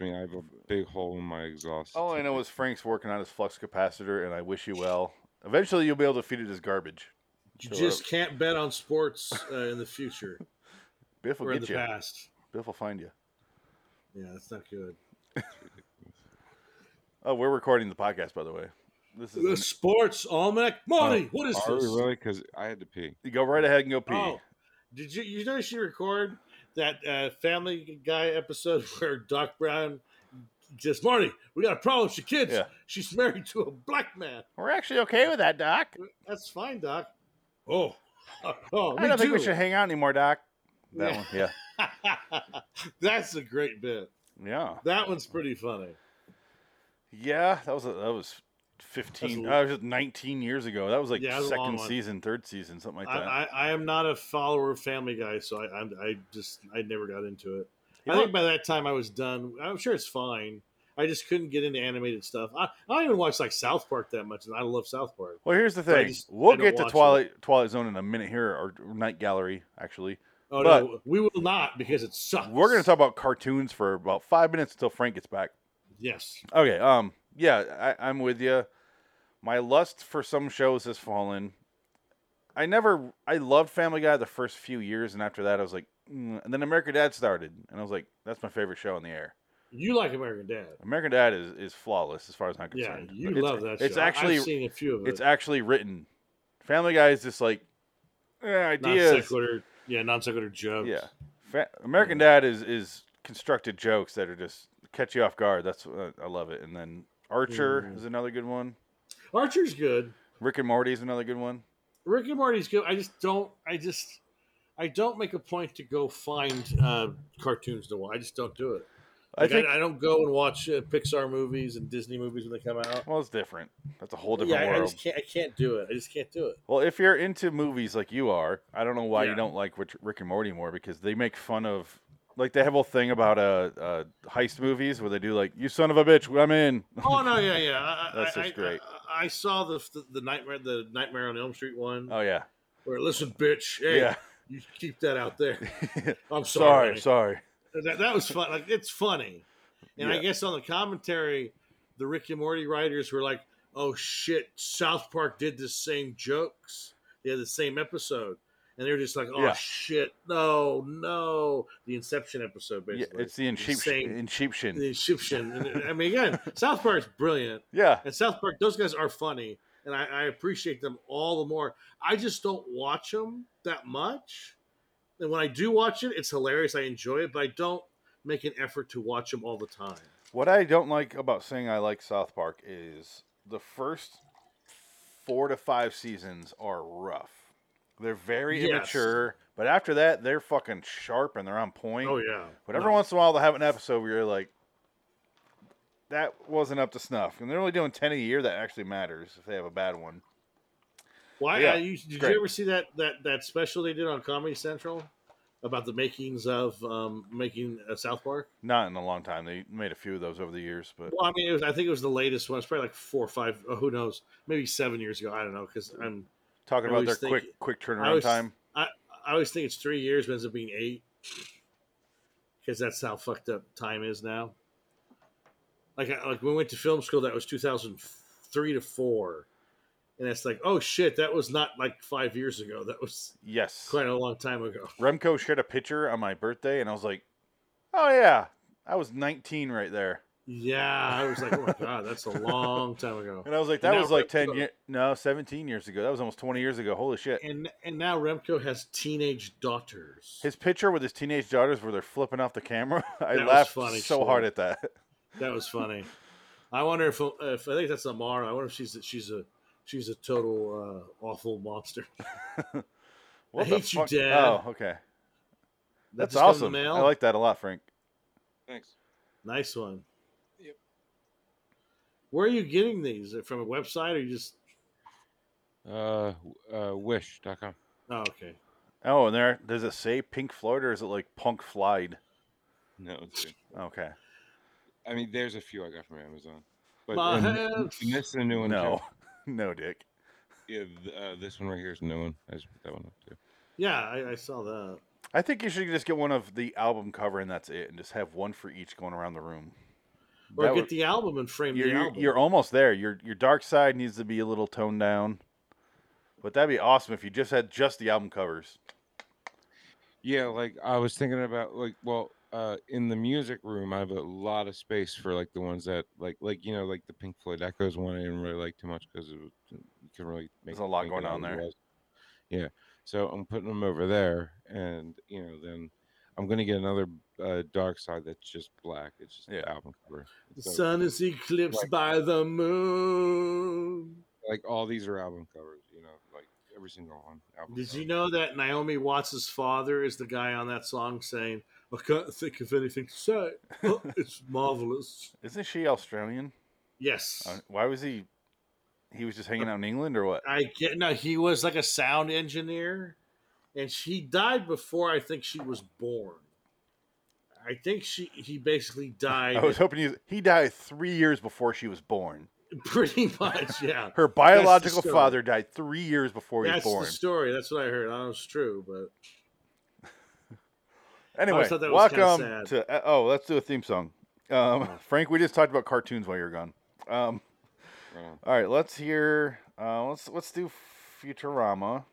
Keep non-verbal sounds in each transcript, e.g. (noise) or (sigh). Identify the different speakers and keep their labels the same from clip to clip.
Speaker 1: I mean, I have a big hole in my exhaust.
Speaker 2: All I know is Frank's working on his flux capacitor, and I wish you well. Eventually, you'll be able to feed it as garbage.
Speaker 3: You just can't bet on sports uh, in
Speaker 2: (laughs)
Speaker 3: the future
Speaker 2: Biff will
Speaker 3: or in
Speaker 2: get
Speaker 3: the
Speaker 2: you.
Speaker 3: past.
Speaker 2: Biff will find you.
Speaker 3: Yeah, that's not good.
Speaker 2: Oh, we're recording the podcast, by the way. This is
Speaker 3: The sports almanac, Marty.
Speaker 1: Oh,
Speaker 3: what is
Speaker 1: Are
Speaker 3: this?
Speaker 1: we really? Because I had to pee.
Speaker 2: you go right ahead and go pee.
Speaker 3: Oh, did you you notice you record that uh, Family Guy episode (laughs) where Doc Brown just Marty, we got a problem. She kids.
Speaker 2: Yeah.
Speaker 3: She's married to a black man.
Speaker 2: We're actually okay with that, Doc.
Speaker 3: That's fine, Doc. Oh, (laughs) oh,
Speaker 2: I don't think we should hang out anymore, Doc. That
Speaker 3: (laughs)
Speaker 2: one, yeah,
Speaker 3: one. That's a great bit.
Speaker 2: yeah,
Speaker 3: That one's pretty funny.
Speaker 2: yeah. That was a, that was fifteen.
Speaker 3: That's a-
Speaker 2: Uh, it was nineteen years ago. That was like
Speaker 3: Yeah, that was a long
Speaker 2: second
Speaker 3: one.
Speaker 2: season, third season, something like
Speaker 3: I,
Speaker 2: that.
Speaker 3: I, I am not a follower of Family Guy, so I I'm, I just I never got into it.
Speaker 2: You
Speaker 3: I
Speaker 2: know-
Speaker 3: think by that time I was done. I'm sure it's fine. I just couldn't get into animated stuff. I, I don't even watch like South Park that much, and I love South Park.
Speaker 2: well, here's the
Speaker 3: but I
Speaker 2: thing.
Speaker 3: just- I
Speaker 2: we'll
Speaker 3: don't
Speaker 2: get to
Speaker 3: watch
Speaker 2: Twilight Twilight Zone in a minute here, or Night Gallery. Actually,
Speaker 3: Oh no, we will not because it sucks.
Speaker 2: we're going to talk about cartoons for about five minutes until Frank gets back.
Speaker 3: Yes,
Speaker 2: Okay. Um. Yeah, I, I'm with you. My lust for some shows has fallen. I never. I loved Family Guy the first few years, and after that, I was like. Mm. And then American Dad started, and I was like, "That's my favorite show on the air."
Speaker 3: you like American Dad.
Speaker 2: American Dad is, is flawless as far as I'm
Speaker 3: Yeah,
Speaker 2: concerned.
Speaker 3: you
Speaker 2: But it's-
Speaker 3: love that.
Speaker 2: It's
Speaker 3: show. I-
Speaker 2: actually
Speaker 3: I've seen a few of it.
Speaker 2: it's actually written. Family Guy is just like eh,
Speaker 3: non
Speaker 2: ideas.
Speaker 3: sequitur. Yeah, non sequitur jokes.
Speaker 2: Yeah, Fa- American Dad is is constructed jokes that are just catch you off guard. That's uh, I love it. And then Archer
Speaker 3: Mhm.
Speaker 2: is another good one.
Speaker 3: Archer's good.
Speaker 2: Rick and Morty is another good one.
Speaker 3: Rick and Morty's good. I just don't. I just. I don't make a point to go find uh, cartoons to watch. I just don't do it.
Speaker 2: I
Speaker 3: Like, I,
Speaker 2: think.
Speaker 3: I, don't go and watch uh, Pixar movies and Disney movies when they come out.
Speaker 2: well, it's different. That's a whole
Speaker 3: Yeah,
Speaker 2: different
Speaker 3: I, I
Speaker 2: world.
Speaker 3: just can't. I can't do it. I just can't do it.
Speaker 2: Well, if you're into movies like you are, I don't know why you
Speaker 3: Yeah.
Speaker 2: don't like Rich, Rick and Morty more because they make fun of. Like they have a whole thing about uh, uh heist movies where they do like you son of a bitch I'm in
Speaker 3: (laughs) Oh no, yeah, yeah. I, I-
Speaker 2: That's just
Speaker 3: I-
Speaker 2: great.
Speaker 3: I, I saw the, the the nightmare the Nightmare on Elm Street one.
Speaker 2: oh yeah
Speaker 3: where listen, bitch, hey,
Speaker 2: yeah (laughs)
Speaker 3: you keep that out (laughs) there. I'm
Speaker 2: sorry
Speaker 3: sorry.
Speaker 2: sorry
Speaker 3: That, that was fun. Like it's funny, and I
Speaker 2: Yeah.
Speaker 3: guess on the commentary, the Rick and Morty writers were like, "Oh shit, South Park did the same jokes. They had the same episode." And they were just like, "Oh
Speaker 2: Yeah.
Speaker 3: shit, no, no!" The Inception episode,
Speaker 2: yeah,
Speaker 3: basically.
Speaker 2: it's the
Speaker 3: same-
Speaker 2: Inception Inception
Speaker 3: the Egyptian. And, I mean, again, South Park's brilliant,
Speaker 2: yeah
Speaker 3: and South Park, those guys are funny, and I, I appreciate them all the more. I just don't watch them that much, and when I do watch it, it's hilarious. I enjoy it, but I don't make an effort to watch them all the time.
Speaker 2: What I don't like about saying I like South Park is the first four to five seasons are rough. They're very
Speaker 3: Yes.
Speaker 2: immature, but after that, they're fucking sharp and they're on point.
Speaker 3: Oh yeah,
Speaker 2: But every once in a while, they'll have an episode where you're like, that wasn't up to snuff. And they're only doing 10 a year that actually matters if they have a bad one.
Speaker 3: Why?
Speaker 2: Yeah,
Speaker 3: I, you, did
Speaker 2: great.
Speaker 3: you ever see that that that special they did on Comedy Central about the makings of um, making uh, South Park?
Speaker 2: Not in a long time. They made a few of those over the years, but
Speaker 3: Well, I mean, it was, I think it was the latest one. It's probably like four or five. oh, who knows? Maybe seven years ago. I don't know because I'm.
Speaker 2: talking
Speaker 3: I
Speaker 2: about their
Speaker 3: always think-
Speaker 2: quick quick turnaround
Speaker 3: always-
Speaker 2: time.
Speaker 3: I always think it's three years, but it ends up being eight because that's how fucked up time is now. Like, I- like when we went to film school, that was two thousand three to four, and it's like, oh shit, that was not like five years ago. That was
Speaker 2: Yes.
Speaker 3: quite a long time ago.
Speaker 2: Remco shared a picture on my birthday, and I was like, "Oh yeah, I was 19 right there."
Speaker 3: Yeah, I was like, oh my god, that's a long time ago.
Speaker 2: And I was like, "That
Speaker 3: And now
Speaker 2: was like
Speaker 3: Remco-
Speaker 2: 10 years, no, 17 years ago. That was almost 20 years ago. Holy shit!"
Speaker 3: And and now Remco has teenage daughters.
Speaker 2: His picture with his teenage daughters, where they're flipping off the camera, (laughs) I
Speaker 3: That was
Speaker 2: laughed
Speaker 3: funny
Speaker 2: so
Speaker 3: shit.
Speaker 2: hard at
Speaker 3: (laughs)
Speaker 2: that.
Speaker 3: That was funny. I wonder if, if I think that's Amara. I wonder if she's she's a she's a total uh, awful monster.
Speaker 2: What
Speaker 3: hate you, Dad.
Speaker 2: Oh, okay,
Speaker 3: That
Speaker 2: that's
Speaker 3: just comes in the
Speaker 2: awesome.
Speaker 3: mail?
Speaker 2: I like that a lot, Frank.
Speaker 1: Thanks.
Speaker 3: Nice one.
Speaker 1: Yep.
Speaker 3: Where are you getting these? From a website or you just?
Speaker 1: Uh, w- uh, wish.com.
Speaker 3: Oh, okay.
Speaker 2: Oh, and there does it say Pink Floyd or is it like Punk Floyd?
Speaker 1: No, dude.
Speaker 2: Okay,
Speaker 1: I mean, there's a few I got from Amazon, but
Speaker 3: My
Speaker 1: uh, n-
Speaker 3: hands.
Speaker 1: this is a new one.
Speaker 2: no, (laughs) no, Dick.
Speaker 1: too. Yeah, th- uh, this one right here is a new one. I just put that one up too.
Speaker 3: Yeah, I, I saw that.
Speaker 2: I think you should just get one of the album cover and that's it, and just have one for each going around the room.
Speaker 3: Or
Speaker 2: That
Speaker 3: get
Speaker 2: would-
Speaker 3: the album and frame
Speaker 2: you're,
Speaker 3: the
Speaker 2: you're,
Speaker 3: album.
Speaker 2: you're almost there. Your your dark side needs to be a little toned down. But that'd be awesome if you just had just the album covers.
Speaker 1: Yeah, like I was thinking about like well, uh in the music room I have a lot of space for like the ones that like like you know like the Pink Floyd Echoes one I didn't really like too much because you can really make
Speaker 2: There's a lot
Speaker 1: think
Speaker 2: going
Speaker 1: about
Speaker 2: on
Speaker 1: what it
Speaker 2: there.
Speaker 1: was. Yeah, so I'm putting them over there, and you know then I'm gonna get another uh, dark side that's just black. It's just the
Speaker 2: Yeah.
Speaker 1: album cover.
Speaker 3: the
Speaker 1: So,
Speaker 3: sun is eclipsed
Speaker 1: Right.
Speaker 3: by the moon.
Speaker 1: like all these are album covers, you know, like every single one. album
Speaker 3: Did
Speaker 1: cover.
Speaker 3: you know that Naomi Watts' father is the guy on that song saying, I can't think of anything to say. (laughs) Oh, it's marvelous.
Speaker 2: Isn't she Australian?
Speaker 3: Yes.
Speaker 2: Uh, Why was he? He was just hanging out in England or what?
Speaker 3: I get no, he was like a sound engineer and she died before I think she was born. I think she
Speaker 2: (laughs)
Speaker 3: he basically died
Speaker 2: I was hoping he he died three years before she was born.
Speaker 3: (laughs) pretty much, yeah.
Speaker 2: Her biological
Speaker 3: story.
Speaker 2: father died three years (laughs) before he was
Speaker 3: That's the
Speaker 2: born.
Speaker 3: story. That's what I heard. I don't know if it's true, but
Speaker 2: Anyway,
Speaker 3: thought that was kinda
Speaker 2: welcome
Speaker 3: sad. Oh.
Speaker 2: to uh, oh, let's do a theme song. Um, Frank, we just talked about cartoons while you were gone. Um,
Speaker 1: Right on.
Speaker 2: all right, let's hear. Uh, let's let's do Futurama,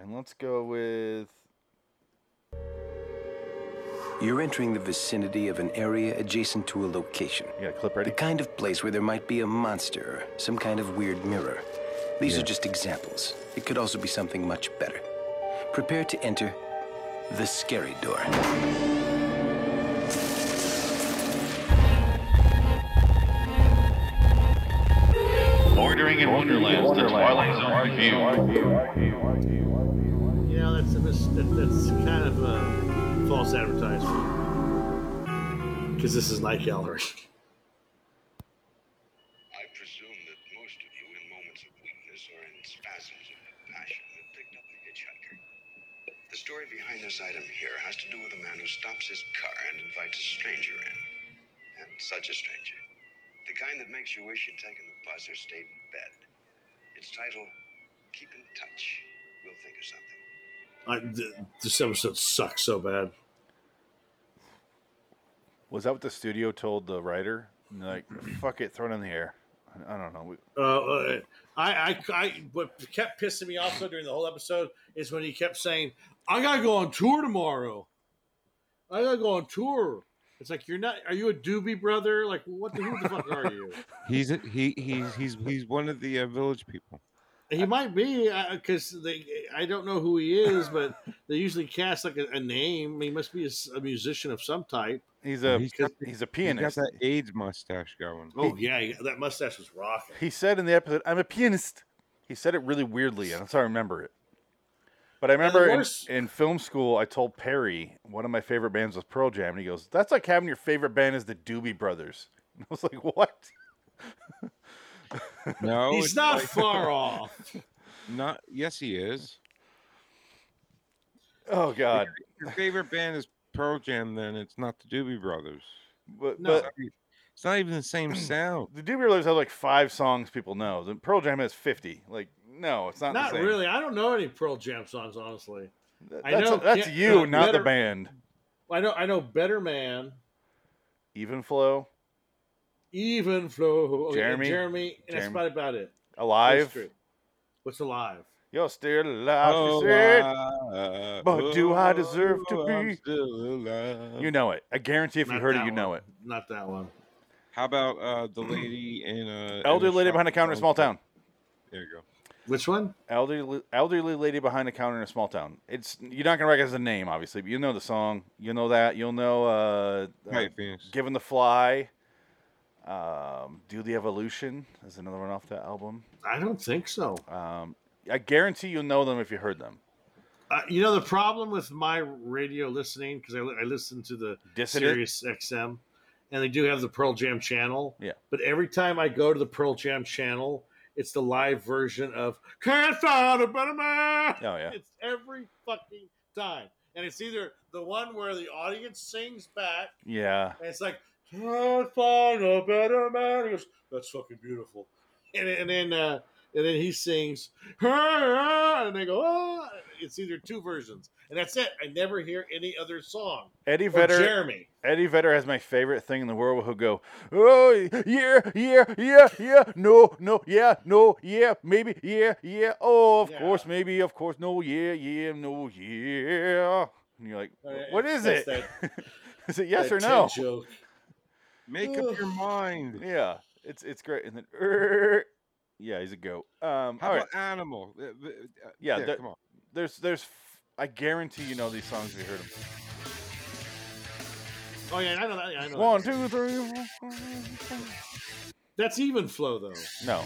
Speaker 2: and let's go with
Speaker 4: You're entering the vicinity of an area adjacent to a location.
Speaker 2: you got a clip ready.
Speaker 4: The kind of place where there might be a monster, or some kind of weird mirror. These are just examples. It could also be something much better. Prepare to enter the scary door.
Speaker 5: Bordering in Wonderland, the Twilight Zone review.
Speaker 3: you know that's a mis- that, that's kind of a false advertisement. Because this is Night Gallery. (laughs)
Speaker 6: I presume that most of you, in moments of weakness or in spasms of passion, have picked up a hitchhiker. The story behind this item here has to do with a man who stops his car and invites a stranger in. And such a stranger. The kind that makes you wish you'd taken the bus or stayed in bed. It's titled Keep in Touch. We'll think of something.
Speaker 3: I, th- this episode sucks so bad.
Speaker 2: Was that what the studio told the writer? And they're Like, fuck it, throw it in the air. I- I don't know. We-
Speaker 3: Uh, I, I, I, what kept pissing me off so during the whole episode is when he kept saying, "I gotta go on tour tomorrow. I gotta go on tour." It's like you're not. Are you a Doobie Brother? Like what? The, who the fuck are you?
Speaker 1: He's a, he he's he's he's one of the uh, village people.
Speaker 3: He might be because they. I don't know who he is, but they usually cast like a, a name. He must be a, s- a musician of some type.
Speaker 2: He's a
Speaker 1: He's
Speaker 2: he's,
Speaker 1: got-
Speaker 2: a
Speaker 1: He's got
Speaker 2: pianist.
Speaker 1: that AIDS mustache going.
Speaker 3: Oh yeah, he- that mustache was rocking.
Speaker 2: He said in the episode, "I'm a pianist." He said it really weirdly, and I'm sorry, I remember it. But I
Speaker 3: the
Speaker 2: remember in,
Speaker 3: worst-
Speaker 2: in film school, I told Perry one of my favorite bands was Pearl Jam, and he goes, "That's like having your favorite band is the Doobie Brothers." (laughs) And I was like, "What?"
Speaker 1: No,
Speaker 3: He's
Speaker 1: Oh, it's
Speaker 3: not
Speaker 1: like-
Speaker 3: far off.
Speaker 1: Not yes, he is.
Speaker 2: Oh God! (laughs)
Speaker 1: Your favorite band is Pearl Jam. Then it's not the Doobie Brothers.
Speaker 2: But,
Speaker 3: No.
Speaker 2: but
Speaker 1: It's not even the
Speaker 2: (clears throat)
Speaker 1: same sound.
Speaker 2: the Doobie Brothers have like five songs people know. The Pearl Jam has fifty. Like, no, it's not. the
Speaker 3: Not
Speaker 2: same.
Speaker 3: really. I don't know any Pearl Jam songs, honestly.
Speaker 2: Th-
Speaker 3: I
Speaker 2: That's,
Speaker 3: know
Speaker 2: that's
Speaker 3: Can't-
Speaker 2: you,
Speaker 3: uh,
Speaker 2: not the
Speaker 3: Letter-
Speaker 2: band.
Speaker 3: I know. I know Better Man.
Speaker 2: Even flow,
Speaker 3: Even flow. Okay,
Speaker 2: Jeremy?
Speaker 3: Jeremy. And that's
Speaker 2: Jeremy.
Speaker 3: about, about it. That's
Speaker 2: alive.
Speaker 3: true. What's alive?
Speaker 2: You're still alive.
Speaker 1: Oh,
Speaker 2: you said.
Speaker 1: I-
Speaker 2: but do I deserve to
Speaker 1: oh, I'm
Speaker 2: be-
Speaker 1: still alive.
Speaker 2: You know it. I guarantee if you
Speaker 3: Not
Speaker 2: heard it,
Speaker 3: that
Speaker 2: you know
Speaker 3: one.
Speaker 2: it.
Speaker 3: Not that one.
Speaker 1: How about uh,
Speaker 2: (clears throat)
Speaker 1: the lady in uh, in
Speaker 2: Elderly lady
Speaker 1: shop
Speaker 2: behind a counter in
Speaker 1: phone
Speaker 2: a small
Speaker 1: shop?
Speaker 2: town.
Speaker 1: There you go.
Speaker 3: Which one?
Speaker 2: Elderly, elderly lady behind a counter in a small town. It's you're not gonna recognize the name, obviously, but you know the song. You'll know that. You'll know. Uh, uh,
Speaker 1: Hey, Phoenix.
Speaker 2: Given the Fly. Um, Do the Evolution is another one off that album.
Speaker 3: I don't think so.
Speaker 2: Um, I guarantee you'll know them if you heard them.
Speaker 3: Uh, you know the problem with my radio listening because I, li- I listen to the
Speaker 2: Dissonant.
Speaker 3: Sirius XM, and they do have the Pearl Jam channel.
Speaker 2: Yeah.
Speaker 3: But every time I go to the Pearl Jam channel, it's the live version of "Can't Find a Better Man."
Speaker 2: Oh yeah.
Speaker 3: It's every fucking time, and it's either the one where the audience sings back,
Speaker 2: Yeah.
Speaker 3: and it's like "Can't Find a Better Man." He goes, "That's fucking beautiful," and, and then uh, and then he sings, "Ah," and they go, ah. It's either two versions, and that's it. I never hear any other song.
Speaker 2: Eddie
Speaker 3: Or
Speaker 2: Vedder.
Speaker 3: Jeremy.
Speaker 2: Eddie Vedder has my favorite thing in the world. He'll go, oh yeah, yeah, yeah, yeah, no, no, yeah, no, yeah, maybe, yeah, yeah, oh, of
Speaker 3: Yeah.
Speaker 2: course, maybe, of course, no, yeah, yeah, no, yeah. And you're like,
Speaker 3: Oh, yeah,
Speaker 2: what is
Speaker 3: that's
Speaker 2: it? (laughs) Is it yes
Speaker 3: That
Speaker 2: or no?
Speaker 3: Ted Joke.
Speaker 1: Make up your mind.
Speaker 2: Yeah, it's it's great. And then, "Er," yeah, he's a goat. Um,
Speaker 1: How
Speaker 2: all right,
Speaker 1: about animal? Uh, uh,
Speaker 2: Yeah,
Speaker 1: yeah
Speaker 2: that-
Speaker 1: come on.
Speaker 2: there's there's, f- I guarantee you know these songs. if You heard them.
Speaker 3: Oh yeah, I know that. I know.
Speaker 2: One,
Speaker 3: that.
Speaker 2: two, three. four.
Speaker 3: That's even flow though.
Speaker 2: No,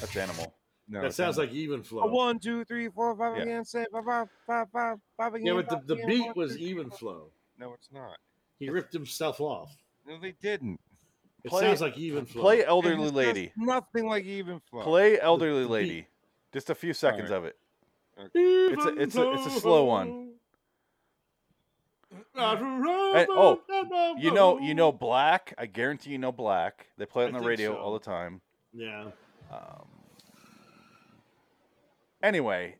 Speaker 2: that's animal.
Speaker 1: No,
Speaker 3: that
Speaker 1: it's
Speaker 3: sounds
Speaker 1: not.
Speaker 3: like even flow.
Speaker 1: A One, two, three, four, five
Speaker 2: Yeah.
Speaker 1: again. Say five, five, five, five, five
Speaker 3: yeah,
Speaker 1: again.
Speaker 3: but
Speaker 1: five
Speaker 3: the, the
Speaker 1: again,
Speaker 3: beat
Speaker 1: one,
Speaker 3: was
Speaker 1: two, three,
Speaker 3: even
Speaker 1: four.
Speaker 3: flow.
Speaker 1: No, it's not.
Speaker 3: He ripped himself off.
Speaker 1: No, they didn't.
Speaker 3: It
Speaker 2: Play-
Speaker 3: sounds like even flow.
Speaker 2: Play
Speaker 1: It
Speaker 2: elderly
Speaker 1: sounds
Speaker 2: lady.
Speaker 1: Nothing like even flow.
Speaker 2: Play Elderly
Speaker 3: the beat.
Speaker 2: Lady. Just a few seconds
Speaker 1: Alright.
Speaker 2: of it.
Speaker 3: it's
Speaker 2: a- it's a- it's a slow one.
Speaker 3: oh,
Speaker 2: You know, you know Black. I guarantee you know Black. They play it
Speaker 3: I
Speaker 2: on the
Speaker 3: think
Speaker 2: radio
Speaker 3: so.
Speaker 2: all the time.
Speaker 3: Yeah,
Speaker 2: Um, anyway,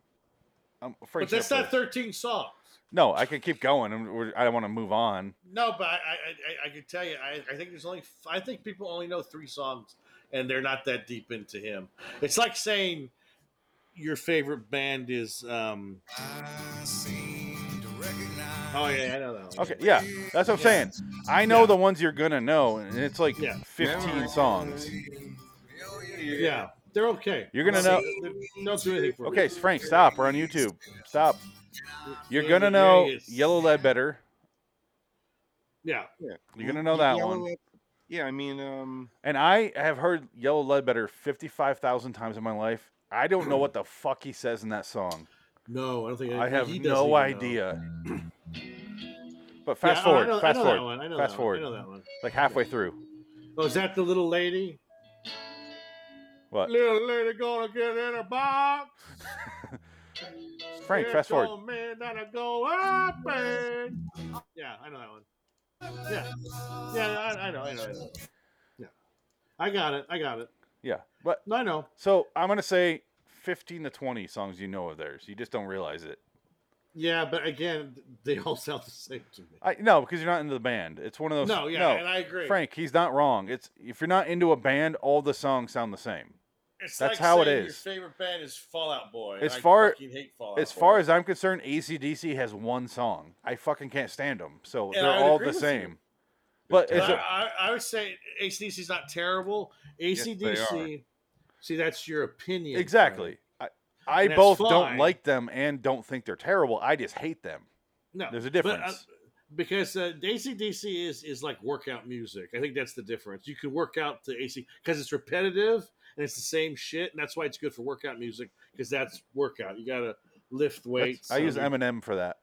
Speaker 2: I'm afraid.
Speaker 3: but that's
Speaker 2: to
Speaker 3: not 13 songs.
Speaker 2: No, I can keep going. I'm, we're, I don't want to move on.
Speaker 3: No, but I, I, I, I could tell you, I, I think there's only, f- I think people only know three songs, and they're not that deep into him. It's like saying your favorite band is, um, oh yeah, I know that one.
Speaker 2: Okay, yeah, that's what I'm
Speaker 3: Yeah.
Speaker 2: saying. I know
Speaker 3: Yeah.
Speaker 2: the ones you're gonna know, and it's like
Speaker 3: Yeah.
Speaker 2: 15 songs.
Speaker 3: yeah, they're okay.
Speaker 2: You're gonna know.
Speaker 3: They- they Don't do anything for
Speaker 2: Okay,
Speaker 3: you.
Speaker 2: Frank, stop. We're on YouTube. Stop. You're
Speaker 3: Yeah,
Speaker 2: gonna
Speaker 3: yeah,
Speaker 2: know
Speaker 3: yes.
Speaker 2: Yellow Lead better.
Speaker 3: Yeah,
Speaker 2: You're gonna know that one.
Speaker 1: Yeah, I mean, um,
Speaker 2: And I have heard Yellow Ledbetter 55,000 times in my life. I don't know what the fuck he says in that song.
Speaker 3: no, I don't think
Speaker 2: I have
Speaker 3: he doesn't even
Speaker 2: no
Speaker 3: know.
Speaker 2: idea. But fast
Speaker 3: Yeah, oh, I
Speaker 2: forward,
Speaker 3: know- I
Speaker 2: fast
Speaker 3: know that
Speaker 2: forward,
Speaker 3: one, I know
Speaker 2: fast
Speaker 3: that
Speaker 2: forward.
Speaker 3: One, I know that one.
Speaker 2: like halfway through.
Speaker 3: Oh, is that the little lady?
Speaker 2: What?
Speaker 3: Little lady gonna get in a box.
Speaker 2: Frank,
Speaker 3: Here
Speaker 2: fast forward.
Speaker 3: come men that'll go up and- Yeah, I know that one. Yeah, yeah, I, I know, I know, I know. Yeah, I got it, I got it.
Speaker 2: Yeah. But
Speaker 3: No, I know.
Speaker 2: so I'm going to say 15 to 20 songs you know of theirs. You just don't realize it.
Speaker 3: Yeah, but again, they all sound the same to me.
Speaker 2: I No, because you're not into the band. It's one of those.
Speaker 3: No, yeah, and I agree.
Speaker 2: Frank, he's not wrong. It's if you're not into a band, all the songs sound the same.
Speaker 3: It's
Speaker 2: That's
Speaker 3: like
Speaker 2: how it
Speaker 3: saying
Speaker 2: is.
Speaker 3: Your favorite band is Fallout Boy.
Speaker 2: As
Speaker 3: I
Speaker 2: far-
Speaker 3: fucking hate Fallout
Speaker 2: As far
Speaker 3: Boy.
Speaker 2: as I'm concerned, ACDC has one song. I fucking can't stand them. So
Speaker 3: And I
Speaker 2: they're
Speaker 3: would
Speaker 2: all
Speaker 3: agree
Speaker 2: the
Speaker 3: with you.
Speaker 2: same. But
Speaker 1: They're
Speaker 2: it's
Speaker 3: But
Speaker 2: a,
Speaker 3: I, I I would say ACDC is not terrible.
Speaker 1: Yes, they
Speaker 3: ACDC, see, that's your opinion.
Speaker 2: exactly.
Speaker 3: Frank.
Speaker 2: I, I
Speaker 3: And that's
Speaker 2: both don't
Speaker 3: fine.
Speaker 2: like them and don't think they're terrible. I just hate them.
Speaker 3: No,
Speaker 2: There's a
Speaker 3: but, uh,
Speaker 2: difference.
Speaker 3: because uh, ACDC is is like workout music. I think that's the difference. You can work out to AC because it's repetitive and it's the same shit, and that's why it's good for workout music because that's workout. You gotta lift
Speaker 2: That's-
Speaker 3: weights.
Speaker 2: I use
Speaker 3: mean-
Speaker 2: Eminem for that.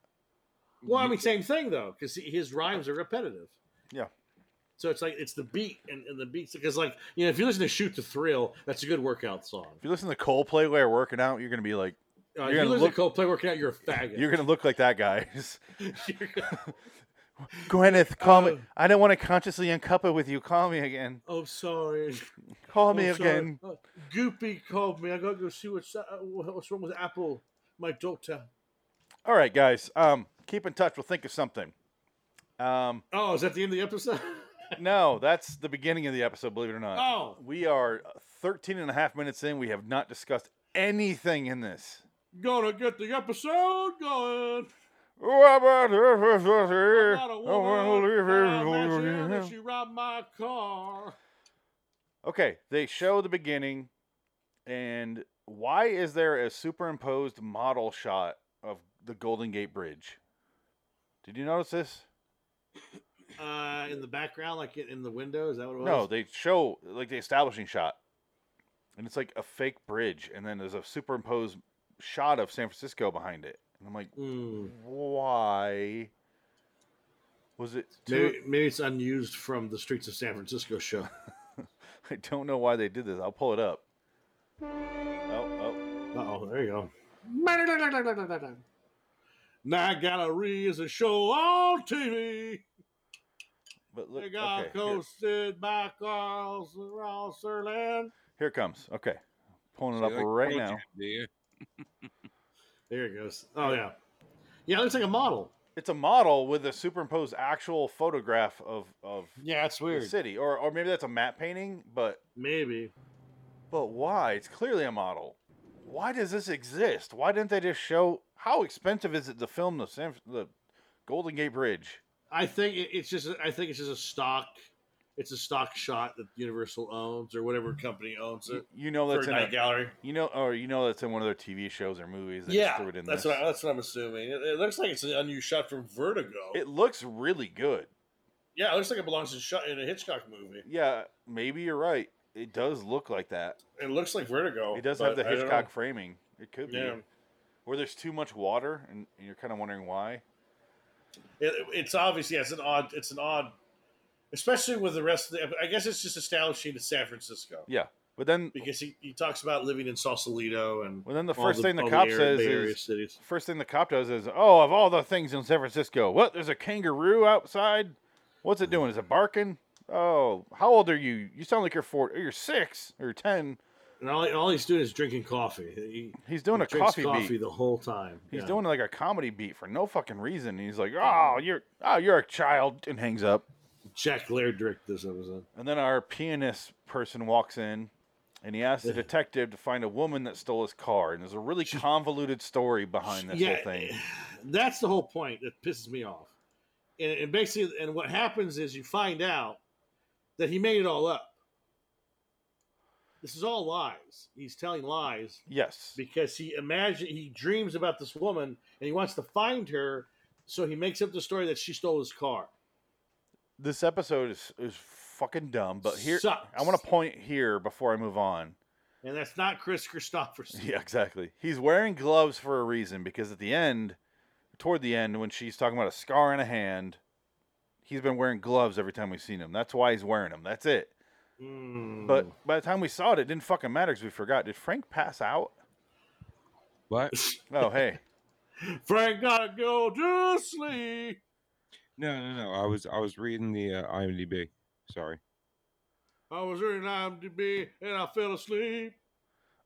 Speaker 3: Well, I mean, same thing though, because his rhymes are repetitive.
Speaker 2: Yeah.
Speaker 3: So it's like it's the beat and, and the beats because like you know if you listen to Shoot to Thrill, that's a good workout song.
Speaker 2: If you listen to Coldplay while you're working out, you're gonna be like,
Speaker 3: Uh,
Speaker 2: You're
Speaker 3: if
Speaker 2: gonna
Speaker 3: you listen to Coldplay working out, you're a faggot.
Speaker 2: you're gonna look like that guy. (laughs) Just,
Speaker 3: (laughs) You're gonna-
Speaker 2: (laughs) Gwyneth, call
Speaker 3: Uh,
Speaker 2: me. I don't want to consciously uncouple with you. Call me again.
Speaker 3: oh, sorry.
Speaker 2: Call
Speaker 3: Oh,
Speaker 2: me
Speaker 3: sorry.
Speaker 2: again.
Speaker 3: Uh, Goopy called me. I gotta go see what's uh, what's wrong with Apple. My daughter.
Speaker 2: All right, guys. Um, keep in touch. We'll think of something. Um,
Speaker 3: Oh, is that the end of the episode?
Speaker 2: no, that's the beginning of the episode. Believe it or not.
Speaker 3: (laughs) oh,
Speaker 2: We are 13 and a half minutes in. We have not discussed anything in this.
Speaker 3: gonna get the episode going. I'm not
Speaker 2: Oh,
Speaker 3: a woman. Uh, she robbed my car.
Speaker 2: Okay, they show the beginning, and why is there a superimposed model shot of the Golden Gate Bridge? Did you notice this?
Speaker 3: Uh, in the background, like in in the window, is that what it was?
Speaker 2: No, they show like the establishing shot, and it's like a fake bridge, and then there's a superimposed shot of San Francisco behind it. And I'm like,
Speaker 1: Hmm.
Speaker 3: Mm,
Speaker 2: why was it too
Speaker 3: maybe, maybe it's unused from the Streets of San Francisco show.
Speaker 2: (laughs) I don't know why they did this. I'll pull it up. Oh, oh.
Speaker 3: Oh, there you go. Night gallery is a show on TV.
Speaker 2: But look,
Speaker 3: They got
Speaker 2: okay, here,
Speaker 3: coasted by Carl Rosserland.
Speaker 2: here it comes. Okay. Pulling it
Speaker 1: See,
Speaker 2: up
Speaker 1: like
Speaker 2: right
Speaker 1: Project,
Speaker 2: now.
Speaker 1: do you?
Speaker 3: There it goes. Oh yeah, yeah. It looks like a model.
Speaker 2: It's a model with a superimposed actual photograph of of
Speaker 3: Yeah, it's
Speaker 2: the city, or or maybe that's a matte painting. But
Speaker 3: Maybe.
Speaker 2: but why? It's clearly a model. Why does this exist? Why didn't they just show? How expensive is it to film the San, the Golden Gate Bridge?
Speaker 3: I think it- it's just. I think it's just a stock. It's a stock shot that Universal owns or whatever company owns it.
Speaker 2: You, you know
Speaker 3: for
Speaker 2: that's in
Speaker 3: Night
Speaker 2: a-
Speaker 3: Gallery.
Speaker 2: you know or you know that's in one of their TV shows or movies. They just
Speaker 3: Yeah,
Speaker 2: threw it in
Speaker 3: that's
Speaker 2: this.
Speaker 3: what I, that's what I'm assuming. It, it looks like it's an unused shot from Vertigo.
Speaker 2: It looks really good.
Speaker 3: yeah, it looks like it belongs in, shot, in a Hitchcock movie.
Speaker 2: Yeah, maybe you're right. It does look like that.
Speaker 3: It looks like Vertigo.
Speaker 2: It does
Speaker 3: Oh, but
Speaker 2: have the
Speaker 3: I don't
Speaker 2: Hitchcock
Speaker 3: know.
Speaker 2: framing. It could
Speaker 3: Yeah,
Speaker 2: be. Or there's too much water, and and you're kind of wondering why.
Speaker 3: It- it's obvious. Yeah, it's an odd. It's an odd, especially with the rest of the. I guess it's just establishing it's San Francisco
Speaker 2: Yeah, but then,
Speaker 3: because he, he talks about living in Sausalito and
Speaker 2: well, then the
Speaker 3: all
Speaker 2: first thing the
Speaker 3: all
Speaker 2: cop
Speaker 3: area-
Speaker 2: says
Speaker 3: Bay Area
Speaker 2: is,
Speaker 3: cities.
Speaker 2: first thing the cop does is, oh, of all the things in San Francisco, what? There's a kangaroo outside. What's it doing? Is it barking? Oh, how old are you? You sound like you're four. You're six or ten.
Speaker 3: And all, all he's doing is drinking coffee. He,
Speaker 2: He's doing
Speaker 3: he
Speaker 2: a
Speaker 3: drinks
Speaker 2: coffee, beat.
Speaker 3: the whole time.
Speaker 2: He's
Speaker 3: Yeah.
Speaker 2: doing like a comedy beat for no fucking reason. And he's like, oh, you're, oh, you're a child, and hangs up.
Speaker 3: Jack Lairdrick this episode.
Speaker 2: And then our pianist person walks in and he asks the detective to find a woman that stole his car. And there's a really convoluted story behind this whole thing.
Speaker 3: (sighs) That's the whole point that pisses me off. And, and basically, and what happens is you find out that he made it all up. This is all lies. He's telling lies
Speaker 2: Yes.
Speaker 3: because he imagine he dreams about this woman and he wants to find her, so he makes up the story that she stole his car.
Speaker 2: This episode is, is fucking dumb, but here
Speaker 3: Sucks.
Speaker 2: I want to point here before I move on. (laughs)
Speaker 3: And that's not Chris Christopherson.
Speaker 2: Yeah, exactly. He's wearing gloves for a reason because at the end, toward the end, when she's talking about a scar in a hand, he's been wearing gloves every time we've seen him. That's why he's wearing them. That's it.
Speaker 3: Mm.
Speaker 2: But by the time we saw it, it didn't fucking matter because we forgot. Did Frank pass out?
Speaker 3: (laughs)
Speaker 1: What?
Speaker 2: Oh, hey.
Speaker 3: Frank gotta go to sleep.
Speaker 1: No, no, no. I was I was reading the uh, IMDb. Sorry.
Speaker 3: I was reading IMDb and I fell asleep.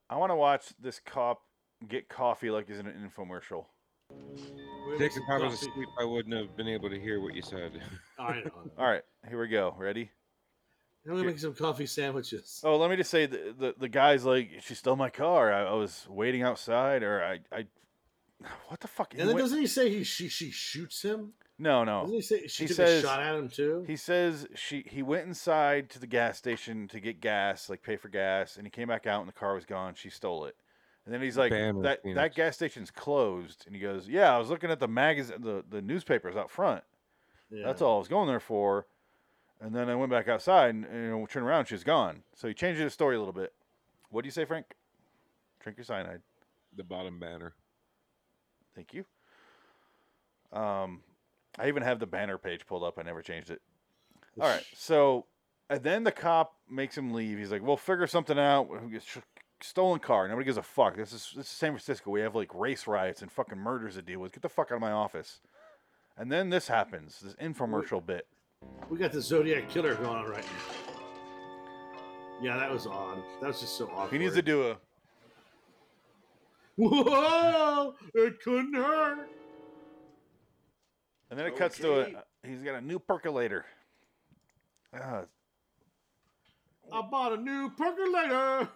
Speaker 2: I want to watch this cop get coffee like he's in an infomercial.
Speaker 3: Wait,
Speaker 1: Dick,
Speaker 3: listen,
Speaker 1: if I was
Speaker 3: Chris-
Speaker 1: asleep, I wouldn't have been able to hear what you said. (laughs)
Speaker 3: I know.
Speaker 2: All right, here we go. Ready?
Speaker 3: Let me make some coffee sandwiches.
Speaker 2: Oh, let me just say the the, the guy's like, she stole my car. I, I was waiting outside, or I I. What the fuck? He
Speaker 3: and then
Speaker 2: went-
Speaker 3: doesn't he say he she she shoots him?
Speaker 2: no,
Speaker 3: Doesn't
Speaker 2: no.
Speaker 3: he say she
Speaker 2: Oh. He
Speaker 3: took
Speaker 2: says-
Speaker 3: a shot at him too?
Speaker 2: He says she he went inside to the gas station to get gas, like pay for gas, and he came back out and the car was gone. She stole it. And then he's like,
Speaker 1: Banner,
Speaker 2: that that
Speaker 1: Phoenix.
Speaker 2: gas station's closed. And he goes, yeah, I was looking at the magazine, the the newspapers out front.
Speaker 3: Yeah.
Speaker 2: That's all I was going there for. And then I went back outside and, and I turned around. and She was gone. So he changed the story a little bit. What do you say, Frank? Drink your cyanide.
Speaker 1: the bottom banner.
Speaker 2: Thank you. Um, I even have the banner page pulled up. I never changed it. All right. So, and then the cop makes him leave. He's like, "We'll figure something out." Who gets sh- Stolen car. Nobody gives a fuck. This is this is San Francisco. We have like race riots and fucking murders to deal with. Get the fuck out of my office. And then this happens. This infomercial bit.
Speaker 3: We got the Zodiac killer going on right now. Yeah, that was odd. That was just so awkward.
Speaker 2: He needs to do a
Speaker 3: (laughs) Whoa! It couldn't hurt.
Speaker 2: And then it cuts to
Speaker 3: Okay.
Speaker 2: it. He's got a new percolator. Uh,
Speaker 3: I bought a new percolator.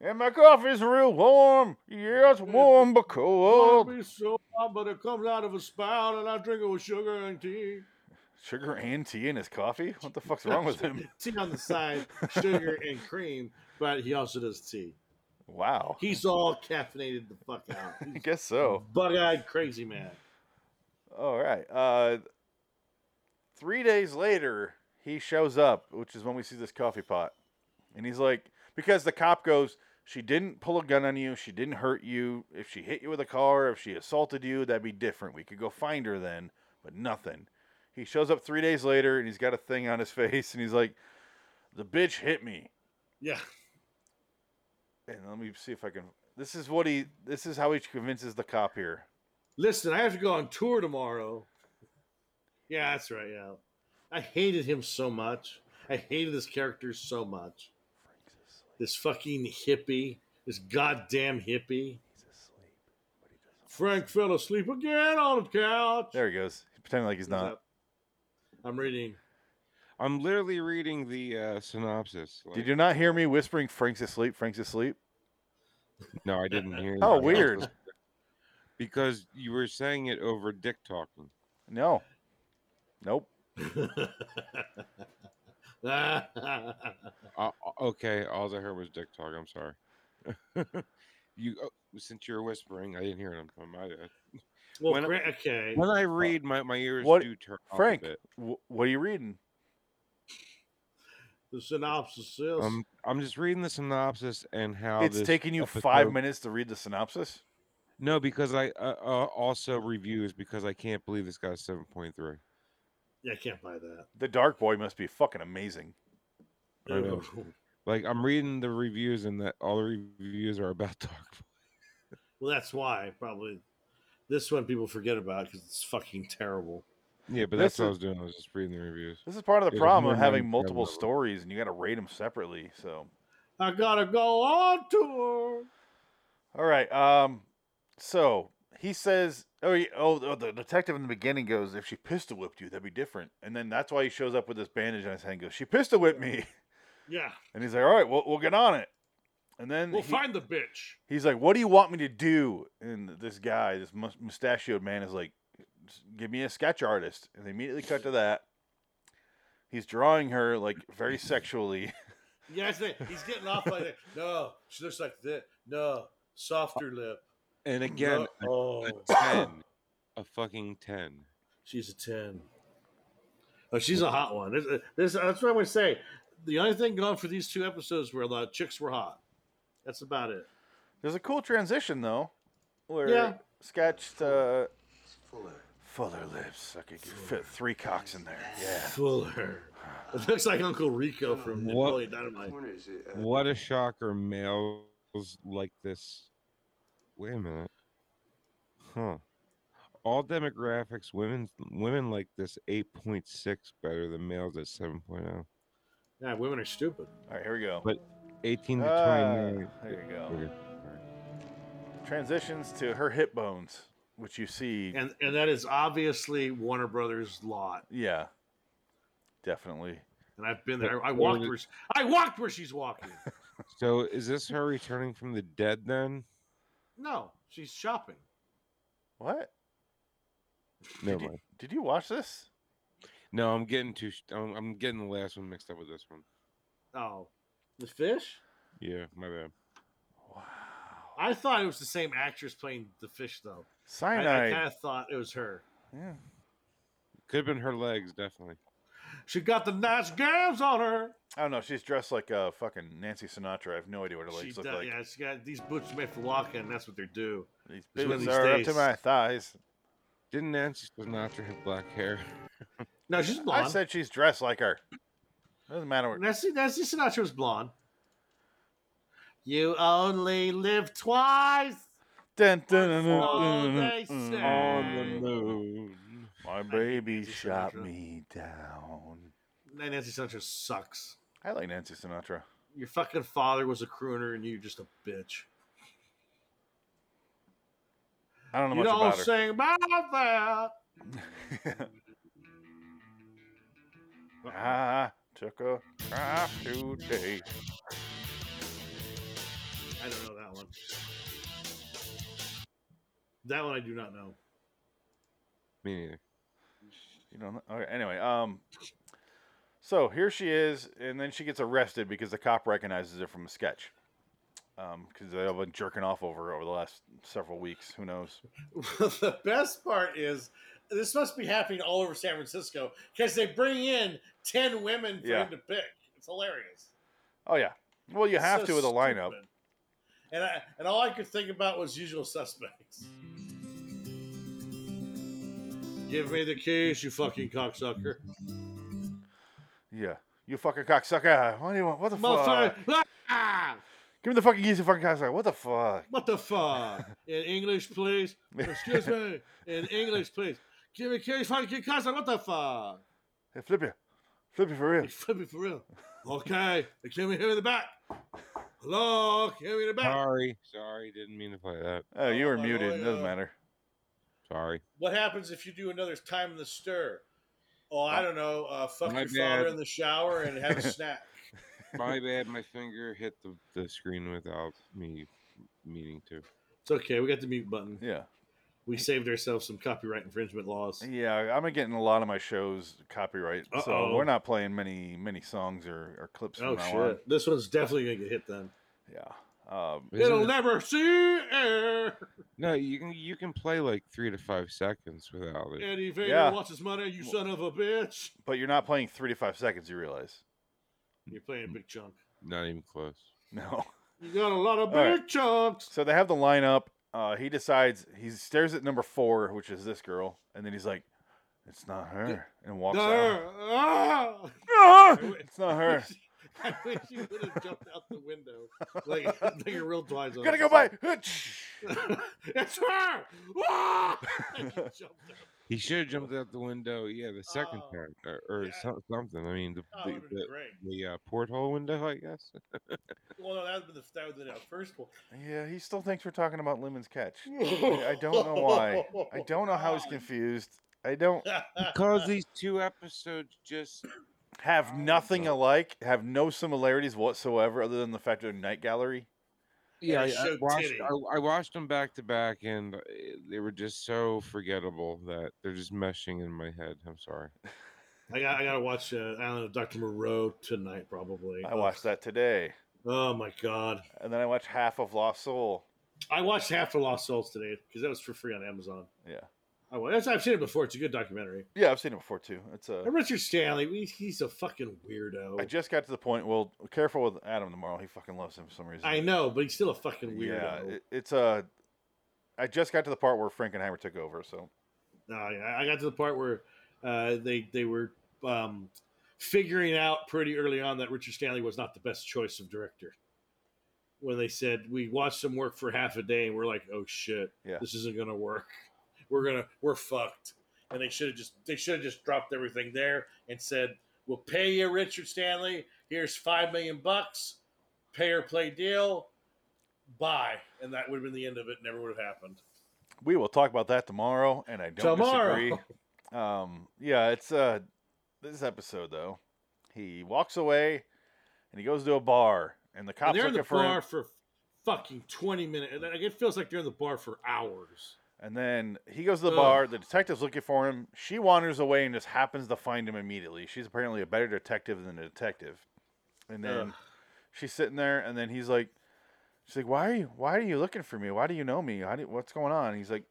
Speaker 2: and my coffee's real warm. Yeah, it's warm but
Speaker 3: Oh,
Speaker 2: cold.
Speaker 3: be so hot, but it comes out of a spout, and I drink it with sugar and tea. (laughs)
Speaker 2: Sugar and tea in his coffee? What the fuck's wrong with
Speaker 3: (laughs)
Speaker 2: him?
Speaker 3: Tea on the side, sugar and cream, but he also does tea.
Speaker 2: Wow.
Speaker 3: He's all caffeinated the fuck out.
Speaker 2: I guess so.
Speaker 3: Bug eyed crazy man.
Speaker 2: All right. Uh, three days later, he shows up, which is when we see this coffee pot. And he's like, because the cop goes, she didn't pull a gun on you. She didn't hurt you. If she hit you with a car, if she assaulted you, that'd be different. We could go find her then, but nothing. He shows up three days later and he's got a thing on his (laughs) face and he's like, the bitch hit me.
Speaker 3: Yeah.
Speaker 2: And let me see if I can. This is what he. This is how he convinces the cop here.
Speaker 3: Listen, I have to go on tour tomorrow. Yeah, that's right. Yeah. I hated him so much. I hated his character so much. this fucking hippie, this goddamn hippie. Frank fell asleep again on the couch.
Speaker 2: There he goes. He's pretending like he's
Speaker 3: He's
Speaker 2: not.
Speaker 3: up. I'm reading. (laughs)
Speaker 1: I'm literally reading the uh, synopsis. Like,
Speaker 2: Did you not hear me whispering Frank's asleep, Frank's asleep?
Speaker 1: No, I didn't hear.
Speaker 2: How
Speaker 1: that.
Speaker 2: Oh, weird.
Speaker 1: Because you were saying it over dick talking.
Speaker 2: No. Nope.
Speaker 1: Uh, okay, all I heard was dick talk. I'm sorry. (laughs) you oh, since you're whispering, I didn't hear it. I'm, I'm, I,
Speaker 3: well,
Speaker 1: When-
Speaker 3: gra- okay.
Speaker 1: when I read, my, my ears
Speaker 2: what-
Speaker 1: do turn off a
Speaker 2: Frank,
Speaker 1: bit.
Speaker 2: wh- what are you reading?
Speaker 3: The synopsis
Speaker 1: I'm
Speaker 3: is
Speaker 1: Um, I'm just reading the synopsis and how
Speaker 2: it's
Speaker 1: this
Speaker 2: taking you five
Speaker 1: episode-
Speaker 2: minutes to read the synopsis.
Speaker 1: No, because I uh, uh, also reviews because I can't believe this got seven point three.
Speaker 3: yeah, I can't buy that.
Speaker 2: The Dark Boy must be fucking amazing.
Speaker 1: I know.
Speaker 3: (laughs) Ew.
Speaker 1: Like I'm reading the reviews and that all the reviews are about (laughs) Dark.
Speaker 3: Well, that's why probably this one people forget about because it's fucking terrible.
Speaker 1: Yeah, but
Speaker 2: This
Speaker 1: that's what I
Speaker 2: is-
Speaker 1: was doing. I was just reading the reviews.
Speaker 2: This is part of the
Speaker 1: It was
Speaker 2: problem
Speaker 1: more
Speaker 2: of
Speaker 1: than
Speaker 2: having
Speaker 1: I've
Speaker 2: multiple
Speaker 1: ever-
Speaker 2: stories and you got to rate them separately. So,
Speaker 3: I gotta go on tour.
Speaker 2: all right. Um, so he says, oh, he- oh, oh, the detective in the beginning goes, if she pistol whipped you, that'd be different. And then that's why he shows up with this bandage on his hand. and Goes, she pistol whipped me, (laughs)
Speaker 3: Yeah,
Speaker 2: and he's like, all right, we'll, we'll get on it. And then
Speaker 3: (laughs) we'll
Speaker 2: he-
Speaker 3: find the bitch.
Speaker 2: he's like, "What do you want me to do?" And this guy, this mus- mustachioed man, is like, "S- "Give me a sketch artist." And they immediately cut to that. He's drawing her like very sexually.
Speaker 3: Yeah, it's like- he's getting off like that. (laughs) No, she looks like that. No, softer lip.
Speaker 1: And again,
Speaker 3: No,
Speaker 1: (coughs)
Speaker 3: oh,
Speaker 1: a ten, a fucking ten.
Speaker 3: she's a ten. Oh, she's a hot one. This, this, that's what I would say. The only thing going for these two episodes were the chicks were hot. That's about it.
Speaker 2: There's a cool transition though, where
Speaker 3: Yeah.
Speaker 2: sketched uh, Fuller lips. I could fit three cocks in there. Yeah.
Speaker 3: Fuller. It looks like Uncle Rico from
Speaker 1: What-
Speaker 3: Napoleon Dynamite.
Speaker 1: What a shocker! Males like this. Wait a minute, huh? All demographics, women women like this eight point six better than males at oh. 7.0.
Speaker 3: Yeah, women are stupid.
Speaker 2: All right, here we go.
Speaker 1: But- 18 to
Speaker 2: Ah,
Speaker 1: twenty
Speaker 2: there you go.
Speaker 1: nine.
Speaker 2: Transitions to her hip bones, which you see.
Speaker 3: And and that is obviously Warner Brothers' lot.
Speaker 2: yeah. Definitely.
Speaker 3: And I've been there. I walked where she- I walked where she's
Speaker 2: (laughs)
Speaker 3: walking.
Speaker 1: So is this her returning from the dead then?
Speaker 3: No, she's shopping.
Speaker 2: What?
Speaker 1: No,
Speaker 2: Did you, did you watch this?
Speaker 1: no, I'm getting too. sh- I'm, I'm getting the last one mixed up with this one.
Speaker 3: Oh, the fish.
Speaker 1: Yeah, my bad.
Speaker 2: Wow.
Speaker 3: I thought it was the same actress playing the fish, though. I, I
Speaker 2: Cyanide.
Speaker 3: kind of thought it was her.
Speaker 2: yeah.
Speaker 1: Could have been her legs, definitely.
Speaker 3: She got the nice gams on her.
Speaker 2: I don't know. She's dressed like uh, fucking Nancy Sinatra. I have no idea what her
Speaker 3: She
Speaker 2: legs
Speaker 3: does,
Speaker 2: look like.
Speaker 3: yeah, she got these boots made for walking. and That's what they're due.
Speaker 2: These
Speaker 3: It's one of
Speaker 2: boots
Speaker 3: these
Speaker 2: are up to
Speaker 3: days.
Speaker 2: my thighs.
Speaker 1: Didn't Nancy Sinatra have black hair?
Speaker 3: No, she's
Speaker 2: I
Speaker 3: blonde.
Speaker 2: said she's dressed like her. Doesn't matter what.
Speaker 3: Nancy, Nancy Sinatra was blonde. You only live twice.
Speaker 2: Dun, dun, dun, dun,
Speaker 3: all
Speaker 2: dun, dun,
Speaker 3: they
Speaker 2: dun.
Speaker 3: say.
Speaker 1: On the moon.
Speaker 2: My baby
Speaker 3: Nancy
Speaker 2: shot
Speaker 3: Sinatra.
Speaker 2: me down.
Speaker 3: Nancy Sinatra sucks.
Speaker 2: I like Nancy Sinatra.
Speaker 3: Your fucking father was a crooner, and you're just a bitch.
Speaker 2: I don't know
Speaker 3: You
Speaker 2: much
Speaker 3: don't
Speaker 2: about
Speaker 3: sing about that.
Speaker 2: her. (laughs) I took a drive today.
Speaker 3: I don't know that one. That one I do not know. (laughs)
Speaker 1: Me neither.
Speaker 2: You don't know. Okay, anyway, um, so here she is, and then she gets arrested because the cop recognizes her from a sketch. Um, because they've been jerking off over her over the last several weeks. Who knows?
Speaker 3: the best part is this must be happening all over San Francisco because they bring in ten women for
Speaker 2: Yeah.
Speaker 3: him to pick. It's hilarious.
Speaker 2: Oh yeah. Well, you
Speaker 3: It's
Speaker 2: have
Speaker 3: so
Speaker 2: to with a lineup.
Speaker 3: stupid. And I, and all I could think about was usual suspects. Give me the keys, you fucking cocksucker.
Speaker 2: Yeah. You fucking cocksucker. What do you want? What the fuck?
Speaker 3: Motherfucker. Ah!
Speaker 2: Give me the fucking keys, you fucking cocksucker. What the fuck?
Speaker 3: What the fuck? In English, please. Excuse me. In English, please. Give me keys, fucking cocksucker. What the (laughs) fuck?
Speaker 2: Hey, flip you. Flip you for real.
Speaker 3: Flip it for real. Okay. They came in here in the back. Hello, give me the back.
Speaker 1: Sorry, (laughs) sorry, didn't mean to play that.
Speaker 2: Oh, you
Speaker 3: Oh,
Speaker 2: were
Speaker 3: my
Speaker 2: muted.
Speaker 3: God.
Speaker 2: It doesn't matter.
Speaker 1: Sorry.
Speaker 3: What happens if you do another time in the stir? Oh, I don't know. Uh, fuck
Speaker 1: My
Speaker 3: your father
Speaker 1: bad.
Speaker 3: in the shower and (laughs) have a snack.
Speaker 1: My bad. My finger hit the, the screen without me meaning to.
Speaker 3: It's okay. We got the mute button.
Speaker 2: Yeah.
Speaker 3: We saved ourselves some copyright infringement laws.
Speaker 2: Yeah, I'm getting a lot of my shows copyright, so
Speaker 3: Uh-oh.
Speaker 2: we're not playing many many songs or, or clips from
Speaker 3: Oh
Speaker 2: now
Speaker 3: shit!
Speaker 2: on.
Speaker 3: This one's definitely gonna get hit then.
Speaker 2: Yeah. Um,
Speaker 1: Isn't
Speaker 3: It'll
Speaker 1: it-
Speaker 3: never see air.
Speaker 1: No, you can you can play like three to five seconds without it.
Speaker 3: Eddie Vader
Speaker 2: Yeah.
Speaker 3: wants his money. You son of a bitch!
Speaker 2: but you're not playing three to five seconds. You realize? (laughs)
Speaker 3: You're playing a big chunk.
Speaker 1: Not even close.
Speaker 2: No.
Speaker 3: You got a lot of
Speaker 2: All
Speaker 3: big
Speaker 2: right.
Speaker 3: chunks.
Speaker 2: So they have the lineup. Uh, he decides he stares at number four, which is this girl, and then he's like, "It's not her," and walks out.
Speaker 3: Ah.
Speaker 2: (laughs) No, it's not her.
Speaker 3: (laughs) I wish you would have jumped out the window like (laughs) like a real Twilight
Speaker 2: (laughs)
Speaker 3: Zone.
Speaker 2: Gotta go by.
Speaker 3: (laughs) it's her! Ah! (laughs) And you jumped out.
Speaker 1: He should have jumped out the window. Yeah, the second
Speaker 3: Oh,
Speaker 1: time or, or
Speaker 3: yeah.
Speaker 1: so- something. I mean, the
Speaker 3: Oh, that
Speaker 1: the,
Speaker 3: would have been
Speaker 1: the,
Speaker 3: great.
Speaker 1: the uh, porthole window, I
Speaker 3: (laughs)
Speaker 1: guess.
Speaker 3: Well, no, that would have been the, that would have been the first one.
Speaker 2: Yeah, he still thinks we're talking about Lemon's Catch. I don't know why. I don't know
Speaker 3: um,
Speaker 2: how he's confused. I don't
Speaker 3: (laughs)
Speaker 1: Because these two episodes
Speaker 3: (clears throat)
Speaker 1: just
Speaker 2: have nothing alike, have no similarities whatsoever, other than the fact they're night gallery.
Speaker 1: yeah, I,
Speaker 3: they
Speaker 1: I
Speaker 3: showed
Speaker 1: watched
Speaker 3: titty.
Speaker 1: I, I watched them back to back, and uh, they were just so forgettable that they're just meshing in my head. I'm sorry. (laughs)
Speaker 3: I got I gotta watch uh, Island of Dr. Moreau tonight probably.
Speaker 2: I watched that today,
Speaker 3: Oh my god.
Speaker 2: and then I watched half of Lost Soul.
Speaker 3: I watched half the Lost Souls today because that was for free on Amazon.
Speaker 2: Yeah,
Speaker 3: I wa- that's- I've seen it before. It's a good documentary.
Speaker 2: yeah, I've seen it before too. It's a.
Speaker 3: And Richard Stanley, he- he's a fucking weirdo.
Speaker 2: I
Speaker 3: I,
Speaker 2: just got to the point. Well, careful with Adam tomorrow. He fucking loves him for some reason.
Speaker 3: know, but he's still a fucking weirdo.
Speaker 2: Yeah, it, it's a. I just got to the part where Frankenheimer took over. So
Speaker 3: No, I I got to the part where uh, they they were um, figuring out pretty early on that Richard Stanley was not the best choice of director. When they said we watched him work for half a day, and we're like, "Oh shit,
Speaker 2: Yeah.
Speaker 3: this isn't gonna work. We're gonna we're fucked." And they should have just they should have just dropped everything there and said, "We'll pay you, Richard Stanley. Here's five million bucks, pay or play deal, bye." And that would have been the end of it. Never would have happened.
Speaker 2: we will talk about that tomorrow. And I don't
Speaker 3: Tomorrow. (laughs)
Speaker 2: disagree. Um, yeah, it's uh, this episode though. He walks away, and he goes to a bar, and the cops
Speaker 3: And they're in
Speaker 2: looking
Speaker 3: the
Speaker 2: for
Speaker 3: bar
Speaker 2: him.
Speaker 3: for fucking 20 minutes. And Like, it feels like they're in the bar for hours.
Speaker 2: And then he goes to the
Speaker 3: Ugh.
Speaker 2: bar. The detective's looking for him. She wanders away and just happens to find him immediately. She's apparently a better detective than the detective. And then
Speaker 3: Ugh.
Speaker 2: she's sitting there, and then he's like, "She's like, why are you? Why are you looking for me? Why do you know me? How do, what's going on?" And he's like,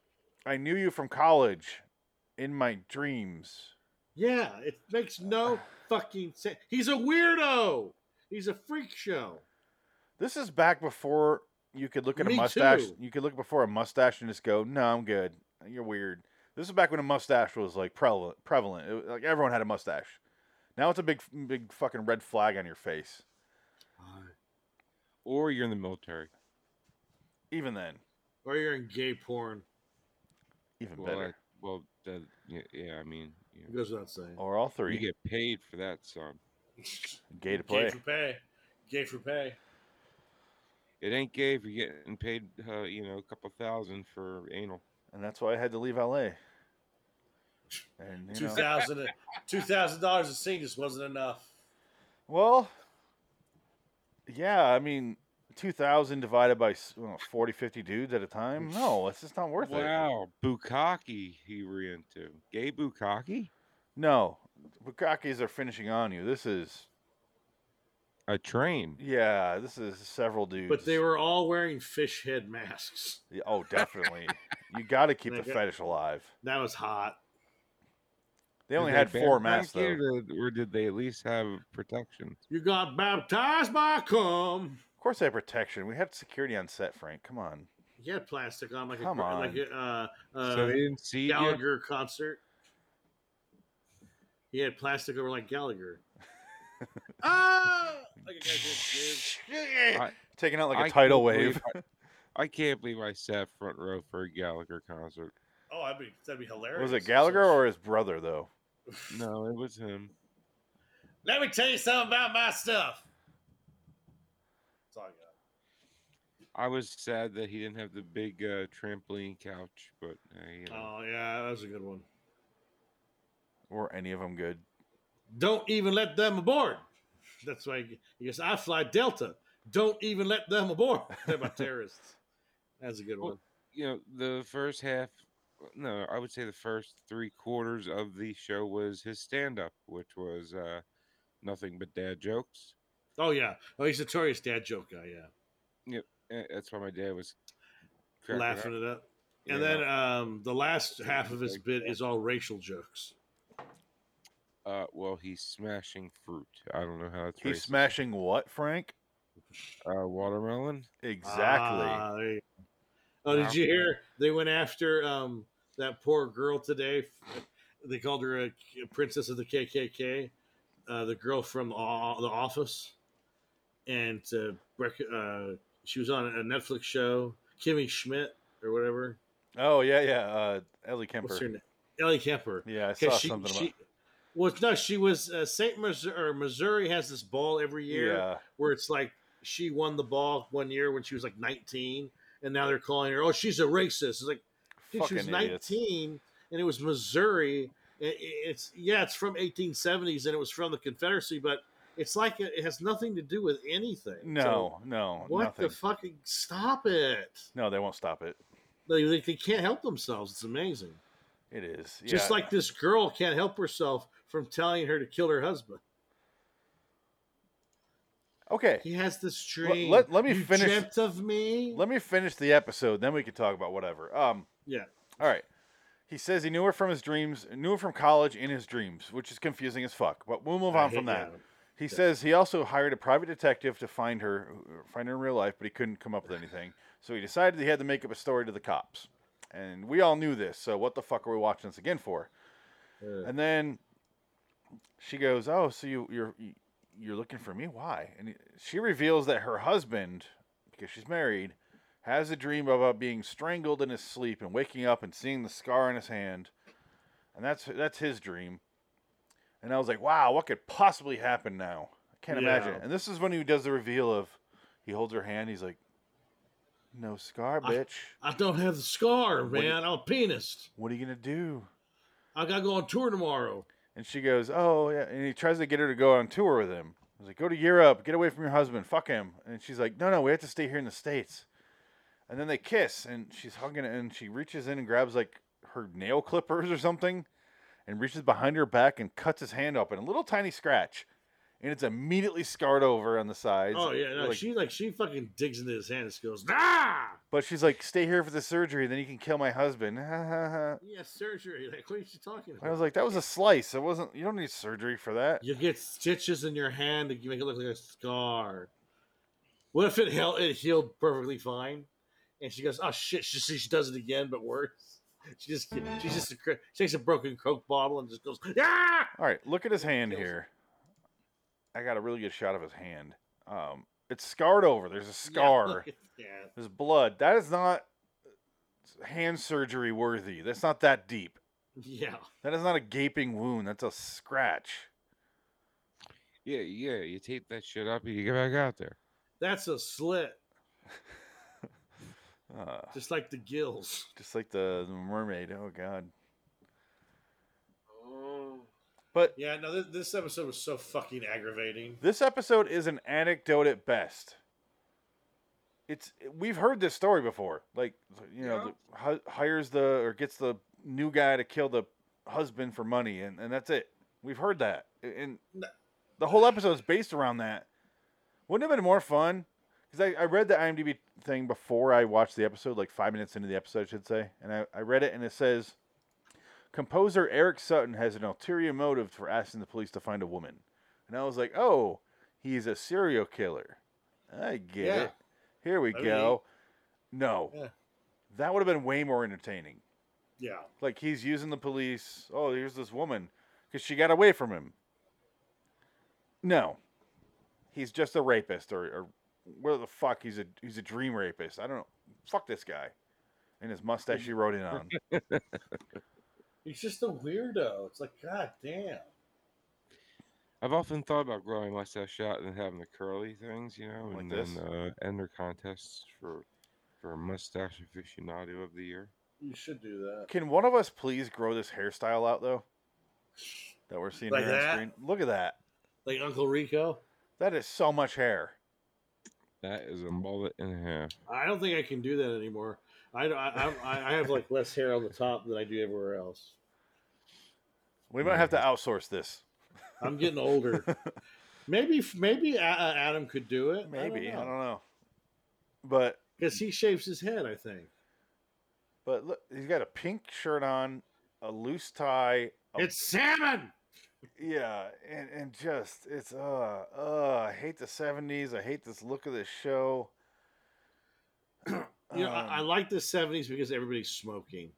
Speaker 2: "I knew you from college, in my dreams."
Speaker 3: Yeah, it makes (sighs) no fucking sense. He's a weirdo. He's a freak show.
Speaker 2: This is back before you could look at
Speaker 3: Me
Speaker 2: a mustache.
Speaker 3: too.
Speaker 2: You could look before a mustache and just go, "No, I'm good. You're weird." This is back when a mustache was like prevalent. Prevalent, It- like everyone had a mustache. Now it's a big, big fucking red flag on your face.
Speaker 3: Uh,
Speaker 1: Or you're in the military.
Speaker 2: Even then,
Speaker 3: Or you're in gay porn.
Speaker 2: even
Speaker 1: Well,
Speaker 2: better,
Speaker 1: I- well, that, yeah, yeah, I mean, you,
Speaker 3: It goes without saying.
Speaker 2: or all
Speaker 1: you
Speaker 2: three.
Speaker 1: get paid for that, son.
Speaker 2: gay to
Speaker 3: Gay
Speaker 2: play.
Speaker 3: for pay. Gay for pay.
Speaker 1: It ain't gay if you're getting paid, uh, you know, a couple thousand for anal.
Speaker 2: and that's why I had to leave LA. And you know,
Speaker 3: $2,000 and- $2,000 a scene just wasn't enough.
Speaker 2: well, yeah, I mean, two thousand divided by s- well, 40, 50 dudes at a time. No, it's just not worth it.
Speaker 1: Wow, bukkake he were into. Gay bukkake?
Speaker 2: No, Bukakis are finishing on you. This is
Speaker 1: A train.
Speaker 2: yeah, this is several dudes.
Speaker 3: But they were all wearing fish head masks.
Speaker 2: Yeah, oh,
Speaker 3: (laughs)
Speaker 2: definitely. you got to keep
Speaker 3: They
Speaker 2: the
Speaker 3: got-
Speaker 2: fetish alive.
Speaker 3: That was hot.
Speaker 2: They only
Speaker 1: Did
Speaker 2: had four
Speaker 1: baptize
Speaker 2: masks
Speaker 1: you,
Speaker 2: though.
Speaker 1: Or, did- or did they at least have protection?
Speaker 3: You got baptized by cum.
Speaker 2: Of course, they had protection. We had security on set, Frank. Come on.
Speaker 3: He had plastic on like
Speaker 2: Come
Speaker 3: a,
Speaker 2: on.
Speaker 3: like a uh, uh,
Speaker 1: so they didn't see you?
Speaker 3: Gallagher concert. He had plastic over like Gallagher.
Speaker 2: (laughs)
Speaker 3: ah! Like a guy just
Speaker 2: Taking out
Speaker 1: I
Speaker 2: like a
Speaker 1: can't
Speaker 2: tidal
Speaker 1: believe
Speaker 2: wave.
Speaker 1: I, I can't believe I sat front row for a Gallagher concert.
Speaker 3: Oh, that'd be, that'd be
Speaker 2: (laughs)
Speaker 3: hilarious.
Speaker 2: Was it Gallagher or his brother though?
Speaker 1: No, it was him.
Speaker 3: Let me tell you something about my stuff. That's all I got.
Speaker 1: I was sad that he didn't have the big uh, trampoline couch, but uh, you know.
Speaker 3: Oh yeah, that was a good one.
Speaker 2: Were any of them good?
Speaker 3: Don't even let them aboard. That's why he goes, I fly Delta. Don't even let them
Speaker 2: (laughs)
Speaker 3: aboard. They're my terrorists. That's a good one.
Speaker 1: you know the first half no i would say the first three quarters of the show was his stand-up which was uh nothing but dad jokes
Speaker 3: Oh yeah. Oh, he's a notorious dad joke guy. Yeah,
Speaker 1: Eh, that's why my dad was cracking up,
Speaker 3: laughing it up.
Speaker 1: you
Speaker 3: And
Speaker 1: know.
Speaker 3: then um, the last half of his bit is all racial jokes.
Speaker 1: uh well he's smashing fruit i don't know how it's
Speaker 2: He's smashing what, Frank?
Speaker 1: uh watermelon
Speaker 2: Exactly.
Speaker 3: Ah, there you go. Oh, did you hear? They went after um, that poor girl today. They called her a princess of the KKK. Uh, the girl from the O- The Office, and uh, rec- uh, she was on a Netflix show. Kimmy Schmidt or whatever.
Speaker 2: oh yeah, yeah. Uh, Ellie Kemper.
Speaker 3: What's her name? Ellie Kemper.
Speaker 2: Yeah, I saw
Speaker 3: Because she,
Speaker 2: something about.
Speaker 3: she well, no, she was uh, Saint Missouri, or Missouri has this ball every year
Speaker 2: yeah,
Speaker 3: where it's like she won the ball one year when she was like 19, and now they're calling her, oh, she's a racist. It's like dude, she
Speaker 2: fucking
Speaker 3: was
Speaker 2: idiots.
Speaker 3: 19, and it was Missouri. I- i- It's yeah, it's from 1870s, and it was from the Confederacy, but it's like it it has nothing to do with anything. So,
Speaker 2: No, no,
Speaker 3: what
Speaker 2: nothing.
Speaker 3: the fucking stop it?
Speaker 2: no, they won't stop it.
Speaker 3: They, they, they can't help themselves. It's amazing.
Speaker 2: It is
Speaker 3: Just
Speaker 2: yeah.
Speaker 3: like this girl can't help herself from telling her to kill her husband.
Speaker 2: okay.
Speaker 3: He has this dream.
Speaker 2: let- let me
Speaker 3: you
Speaker 2: finish-
Speaker 3: Dreamt of me.
Speaker 2: Let me finish the episode, then we can talk about whatever. Um,
Speaker 3: yeah.
Speaker 2: all right. He says he knew her from his dreams, knew her from college in his dreams, which is confusing as fuck. But we'll move
Speaker 3: I
Speaker 2: on
Speaker 3: hate
Speaker 2: from that.
Speaker 3: that.
Speaker 2: He says he also hired a private detective to find her, find her in real life, but he couldn't come up with anything. So he decided he had to make up a story to the cops. And we all knew this, so what the fuck are we watching this again for?
Speaker 3: Yeah.
Speaker 2: And then she goes, "Oh, so you you're you're looking for me? Why?" And he- she reveals that her husband, because she's married, has a dream about being strangled in his sleep and waking up and seeing the scar on his hand, and that's that's his dream. And I was like, "Wow, what could possibly happen now?" I can't
Speaker 3: Yeah.
Speaker 2: imagine. And this is when he does the reveal of he holds her hand. He's like, "No scar,
Speaker 3: I-
Speaker 2: bitch.
Speaker 3: I don't have the scar,
Speaker 2: What do you-
Speaker 3: man. I'm a penis.
Speaker 2: what are you gonna do?"
Speaker 3: I gotta go on tour tomorrow.
Speaker 2: And she goes, "Oh yeah," and he tries to get her to go on tour with him. I was like, "Go to Europe, get away from your husband, fuck him." And she's like, "No, no, we have to stay here in the states." And then they kiss, and she's hugging, and she reaches in and grabs like her nail clippers or something, and reaches behind her back and cuts his hand open, a little tiny scratch, and it's immediately scarred over on the sides.
Speaker 3: oh yeah, no,
Speaker 2: Like-
Speaker 3: she like she fucking digs into his hand and just goes, ah,
Speaker 2: But she's like, "Stay here for the surgery, then you can kill my husband." (laughs) and
Speaker 3: yeah, surgery. Like, what are you talking
Speaker 2: I
Speaker 3: about?
Speaker 2: was like, "That was a slice. It wasn't. You don't need surgery for that."
Speaker 3: you get stitches in your hand to make it look like a scar. What if it healed, it healed perfectly fine? And she goes, oh shit, she, she does it again, but worse. (laughs) She just she just she takes a broken Coke bottle and just goes, ah.
Speaker 2: All right, look at his hand
Speaker 3: Kills it.
Speaker 2: here. I got a really good shot of his hand. Um, it's scarred over. There's a scar.
Speaker 3: (laughs) Yeah, yeah.
Speaker 2: There's blood. That is not hand surgery worthy. That's not that deep.
Speaker 3: yeah.
Speaker 2: That is not a gaping wound. That's a scratch.
Speaker 1: yeah yeah you tape that shit up and you get back out there
Speaker 3: That's a slit,
Speaker 2: Uh,
Speaker 3: just like the gills.
Speaker 2: just like the, the mermaid. Oh God. But
Speaker 3: Yeah, no, this, this episode was so fucking aggravating.
Speaker 2: this episode is an anecdote at best. It's we've heard this story before. Like you know, the, hi- hires the or gets the new guy to kill the husband for money, and, and that's it. We've heard that, and
Speaker 3: No.
Speaker 2: the whole episode is based around that. Wouldn't it have been more fun? Because I, I read the IMDb thing before I watched the episode, like five minutes into the episode, I should say, and I, I read it, and it says, composer Eric Sutton has an ulterior motive for asking the police to find a woman, and I was like, oh, he's a serial killer. I get
Speaker 3: Yeah.
Speaker 2: it. Here we
Speaker 3: I mean,
Speaker 2: go. No,
Speaker 3: Yeah.
Speaker 2: that would have been way more entertaining.
Speaker 3: Yeah.
Speaker 2: Like he's using the police. Oh, here's this woman because she got away from him. No, he's just a rapist or, or what the fuck? He's a he's a dream rapist. I don't know. Fuck this guy and his mustache he rode in on.
Speaker 3: He's just a weirdo. It's like, god damn.
Speaker 1: I've often thought about growing mustache out and having the curly things, you know,
Speaker 2: Like
Speaker 1: and
Speaker 2: this?
Speaker 1: then uh, enter contests for for mustache aficionado of the year.
Speaker 3: You should do that.
Speaker 2: Can one of us please grow this hairstyle out though? That we're seeing
Speaker 3: Like
Speaker 2: here
Speaker 3: that?
Speaker 2: on screen. Look at that.
Speaker 3: Like Uncle Rico.
Speaker 2: That is so much hair.
Speaker 1: That is a mullet and a half.
Speaker 3: I don't think I can do that anymore. I I, I, I have like less hair on the top than I do everywhere else.
Speaker 2: We might have to outsource this.
Speaker 3: I'm getting (laughs) older. maybe maybe A- A- Adam could do it.
Speaker 2: Maybe I don't know. But
Speaker 3: because he shaves his head. I think
Speaker 2: but look, he's got a pink shirt on, a loose tie. A,
Speaker 3: it's salmon.
Speaker 2: yeah, and and just it's uh uh I hate the seventies. I hate this look of this show.
Speaker 3: You know,
Speaker 2: Um,
Speaker 3: I, I like the '70s because everybody's smoking.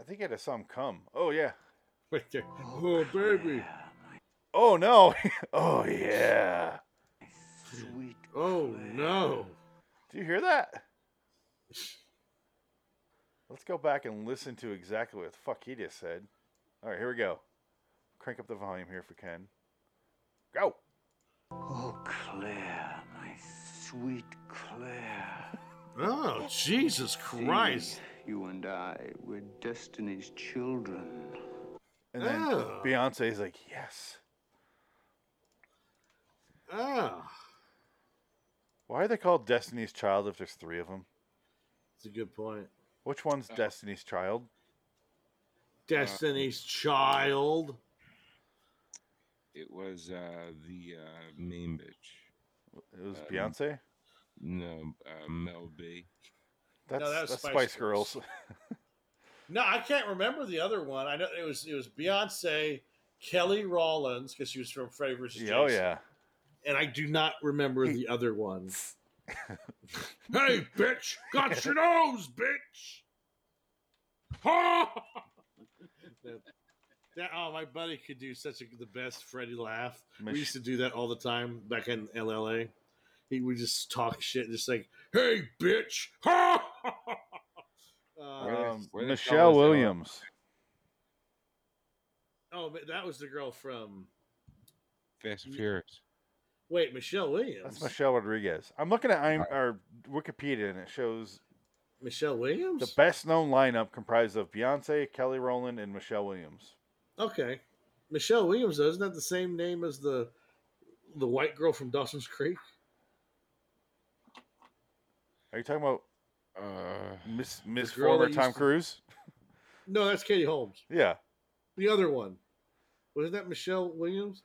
Speaker 2: I think I just saw him come. Oh yeah.
Speaker 3: Right there. Oh baby.
Speaker 2: Oh no. (laughs) oh yeah.
Speaker 3: Oh no.
Speaker 2: Do you hear that? Let's go back and listen to exactly what the fuck he just said. All right, here we go. Crank up the volume here if we can. Go.
Speaker 7: Oh, Claire, my sweet Claire.
Speaker 3: Oh Jesus Christ.
Speaker 7: You and I, we're destiny's children.
Speaker 2: And then
Speaker 3: Oh.
Speaker 2: Beyonce's like, "Yes."
Speaker 3: Ah,
Speaker 2: Why are they called Destiny's Child if there's three of them?
Speaker 3: it's a good point.
Speaker 2: Which one's
Speaker 3: Uh,
Speaker 2: Destiny's Child?
Speaker 3: Destiny's Child.
Speaker 1: It was uh, the uh, main bitch.
Speaker 2: It
Speaker 3: uh,
Speaker 2: was
Speaker 1: Um,
Speaker 2: Beyonce.
Speaker 1: No, uh, Mel B.
Speaker 2: That's,
Speaker 3: that was
Speaker 2: that's
Speaker 3: Spice
Speaker 2: Spice, Girls.
Speaker 3: Girls. No, I can't remember the other one. I know it was it was Beyonce, Kelly Rollins because she was from Freddy
Speaker 2: (laughs)
Speaker 3: vs.
Speaker 2: Yeah, oh
Speaker 3: Jason.
Speaker 2: yeah.
Speaker 3: and I do not remember the other one. (laughs) hey, bitch! Got your nose, bitch! (laughs) Ha! that, that- oh, my buddy could do such a, the best Freddy laugh.
Speaker 2: Mich-
Speaker 3: We used to do that all the time back in LLA. He would just talk shit, just like, "Hey, bitch!" (laughs) Ha! uh,
Speaker 1: Where they-
Speaker 2: Um,
Speaker 1: where they call
Speaker 2: Michelle
Speaker 1: us, uh,
Speaker 2: Williams.
Speaker 3: oh, but that was the girl from.
Speaker 1: Fast and
Speaker 3: Ye-
Speaker 1: Furious.
Speaker 3: Wait, Michelle Williams.
Speaker 2: That's Michelle Rodriguez. I'm looking at I'm, our Wikipedia and it shows
Speaker 3: Michelle Williams.
Speaker 2: The best known lineup comprised of Beyonce, Kelly Rowland, and Michelle Williams.
Speaker 3: Okay. Michelle Williams though, isn't that the same name as the the white girl from Dawson's Creek?
Speaker 2: Are you talking about
Speaker 1: Uh,
Speaker 2: Miss Miss
Speaker 3: girl
Speaker 2: former
Speaker 3: that used
Speaker 2: Tom
Speaker 3: to-
Speaker 2: Cruise?
Speaker 3: No, that's Katie Holmes.
Speaker 2: Yeah.
Speaker 3: The other one. Wasn't that Michelle Williams?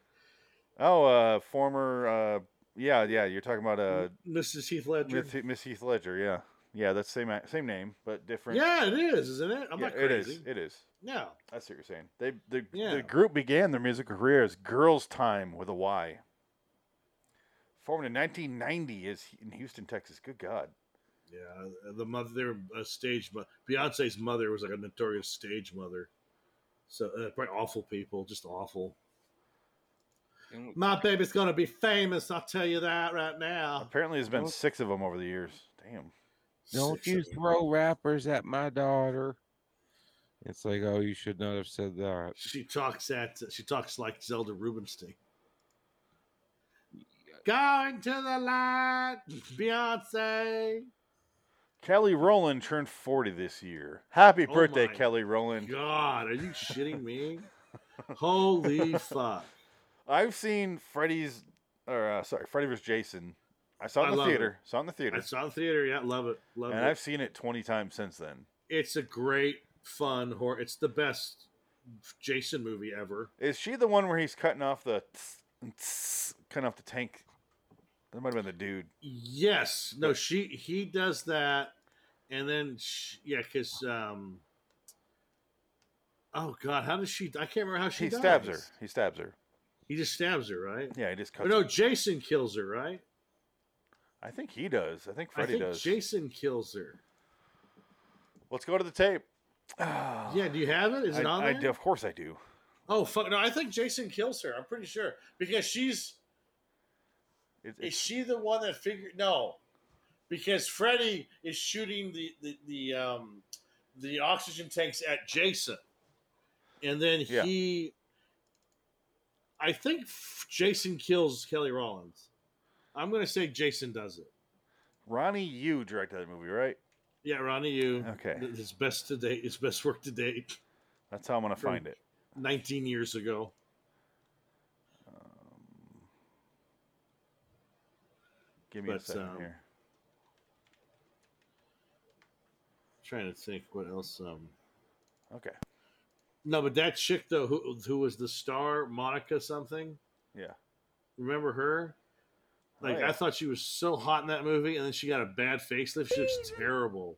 Speaker 2: Oh, uh, former. Uh, yeah, yeah. You're talking about uh,
Speaker 3: Mrs. Heath Ledger.
Speaker 2: Miss, Miss Heath Ledger. Yeah, yeah. That's same a- same name, but different.
Speaker 3: yeah, it is, isn't it? I'm
Speaker 2: Yeah,
Speaker 3: not
Speaker 2: it
Speaker 3: crazy.
Speaker 2: is. It is.
Speaker 3: No.
Speaker 2: That's what you're saying. They the,
Speaker 3: Yeah.
Speaker 2: the group began their musical career as Girls Time with a Y. Formed in 1990 is in Houston, Texas. Good God.
Speaker 3: Yeah, the mother they were a stage mo- Beyonce's mother was like a notorious stage mother. So uh, probably awful people, just awful.
Speaker 1: don't-
Speaker 3: My baby's gonna be famous, I'll tell you that right now.
Speaker 2: Apparently, there's been
Speaker 1: Don't-
Speaker 2: six of them over the years. Damn.
Speaker 1: Don't
Speaker 3: Six
Speaker 1: you
Speaker 3: of them.
Speaker 1: throw rappers at my daughter? It's like, oh, you should not have said that.
Speaker 3: She talks at she talks like Zelda Rubinstein. Going to the light, Beyonce.
Speaker 2: Kelly Rowland turned 40 this year. Happy
Speaker 3: Oh
Speaker 2: birthday,
Speaker 3: my
Speaker 2: Kelly Rowland.
Speaker 3: God, are you shitting me? Holy fuck!
Speaker 2: I've seen Freddy's, or uh, sorry, Freddy vs. Jason. I saw
Speaker 3: I
Speaker 2: it in the
Speaker 3: love
Speaker 2: theater. Saw it in the theater.
Speaker 3: I saw the theater. Yeah, love it, love
Speaker 2: And
Speaker 3: it.
Speaker 2: I've seen it 20 times since then.
Speaker 3: It's a great, fun horror. It's the best Jason movie ever.
Speaker 2: Is she the one where he's cutting off the, tss, and tss, cutting off the tank? That might have been the dude.
Speaker 3: Yes. No, she he does that, and then she, yeah, because um. Oh God, how does she? I can't remember how she.
Speaker 2: he stabs her.
Speaker 3: dies.
Speaker 2: He stabs her.
Speaker 3: He just stabs her, right?
Speaker 2: Yeah, he just
Speaker 3: Or
Speaker 2: cuts.
Speaker 3: no,
Speaker 2: her.
Speaker 3: Jason kills her, right?
Speaker 2: I think he does. I think Freddy
Speaker 3: I think
Speaker 2: does.
Speaker 3: Jason kills her.
Speaker 2: Let's go to the tape.
Speaker 3: Yeah, do you have it? (sighs) Is
Speaker 2: Ah. I,
Speaker 3: it on
Speaker 2: I
Speaker 3: there?
Speaker 2: do- of course I do.
Speaker 3: oh fuck! No, I think Jason kills her. I'm pretty sure because she's
Speaker 2: It,
Speaker 3: is
Speaker 2: it's
Speaker 3: she the one that figured no, because Freddy is shooting the the the um the oxygen tanks at Jason, and then
Speaker 2: Yeah.
Speaker 3: he I think f- Jason kills Kelly Rollins. I'm going to say Jason does it.
Speaker 2: Ronnie Yu directed that movie, right?
Speaker 3: Yeah, Ronnie, you.
Speaker 2: Okay.
Speaker 3: th- His best to date, his best work to date,
Speaker 2: That's how I'm gonna
Speaker 3: From-
Speaker 2: find it.
Speaker 3: 19 years ago.
Speaker 2: Um, Give me a
Speaker 3: But,
Speaker 2: second
Speaker 3: um,
Speaker 2: here.
Speaker 3: trying to think what else. Um,
Speaker 2: Okay.
Speaker 3: no, but that chick though, who who was the star, Monica something.
Speaker 2: Yeah.
Speaker 3: Remember her? Like
Speaker 2: Oh, yeah.
Speaker 3: I thought she was so hot in that movie, and then she got a bad facelift. She looks terrible.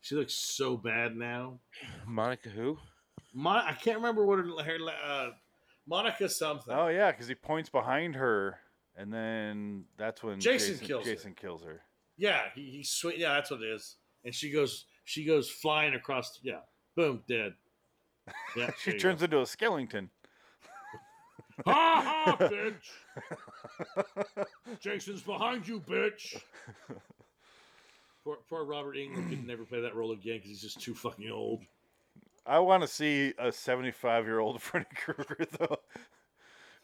Speaker 3: She looks so bad now.
Speaker 1: Monica who?
Speaker 3: Mon- I can't remember what her, her la- uh, Monica something.
Speaker 2: Oh yeah, because he points behind her, and then that's when
Speaker 3: Jason kills her.
Speaker 2: Jason kills her.
Speaker 3: Yeah, he, he's sweet. Yeah, that's what it is. And she goes, she goes flying across. The, yeah, boom, dead. Yeah,
Speaker 2: (laughs) She turns into a skeleton.
Speaker 3: It-
Speaker 2: (laughs)
Speaker 3: ha ha, bitch! Jason's behind you,
Speaker 2: (laughs)
Speaker 3: bitch. Poor, poor Robert England could never play that role again because he's just too fucking old.
Speaker 2: I want to see a 75 year (laughs) old Freddy Krueger though.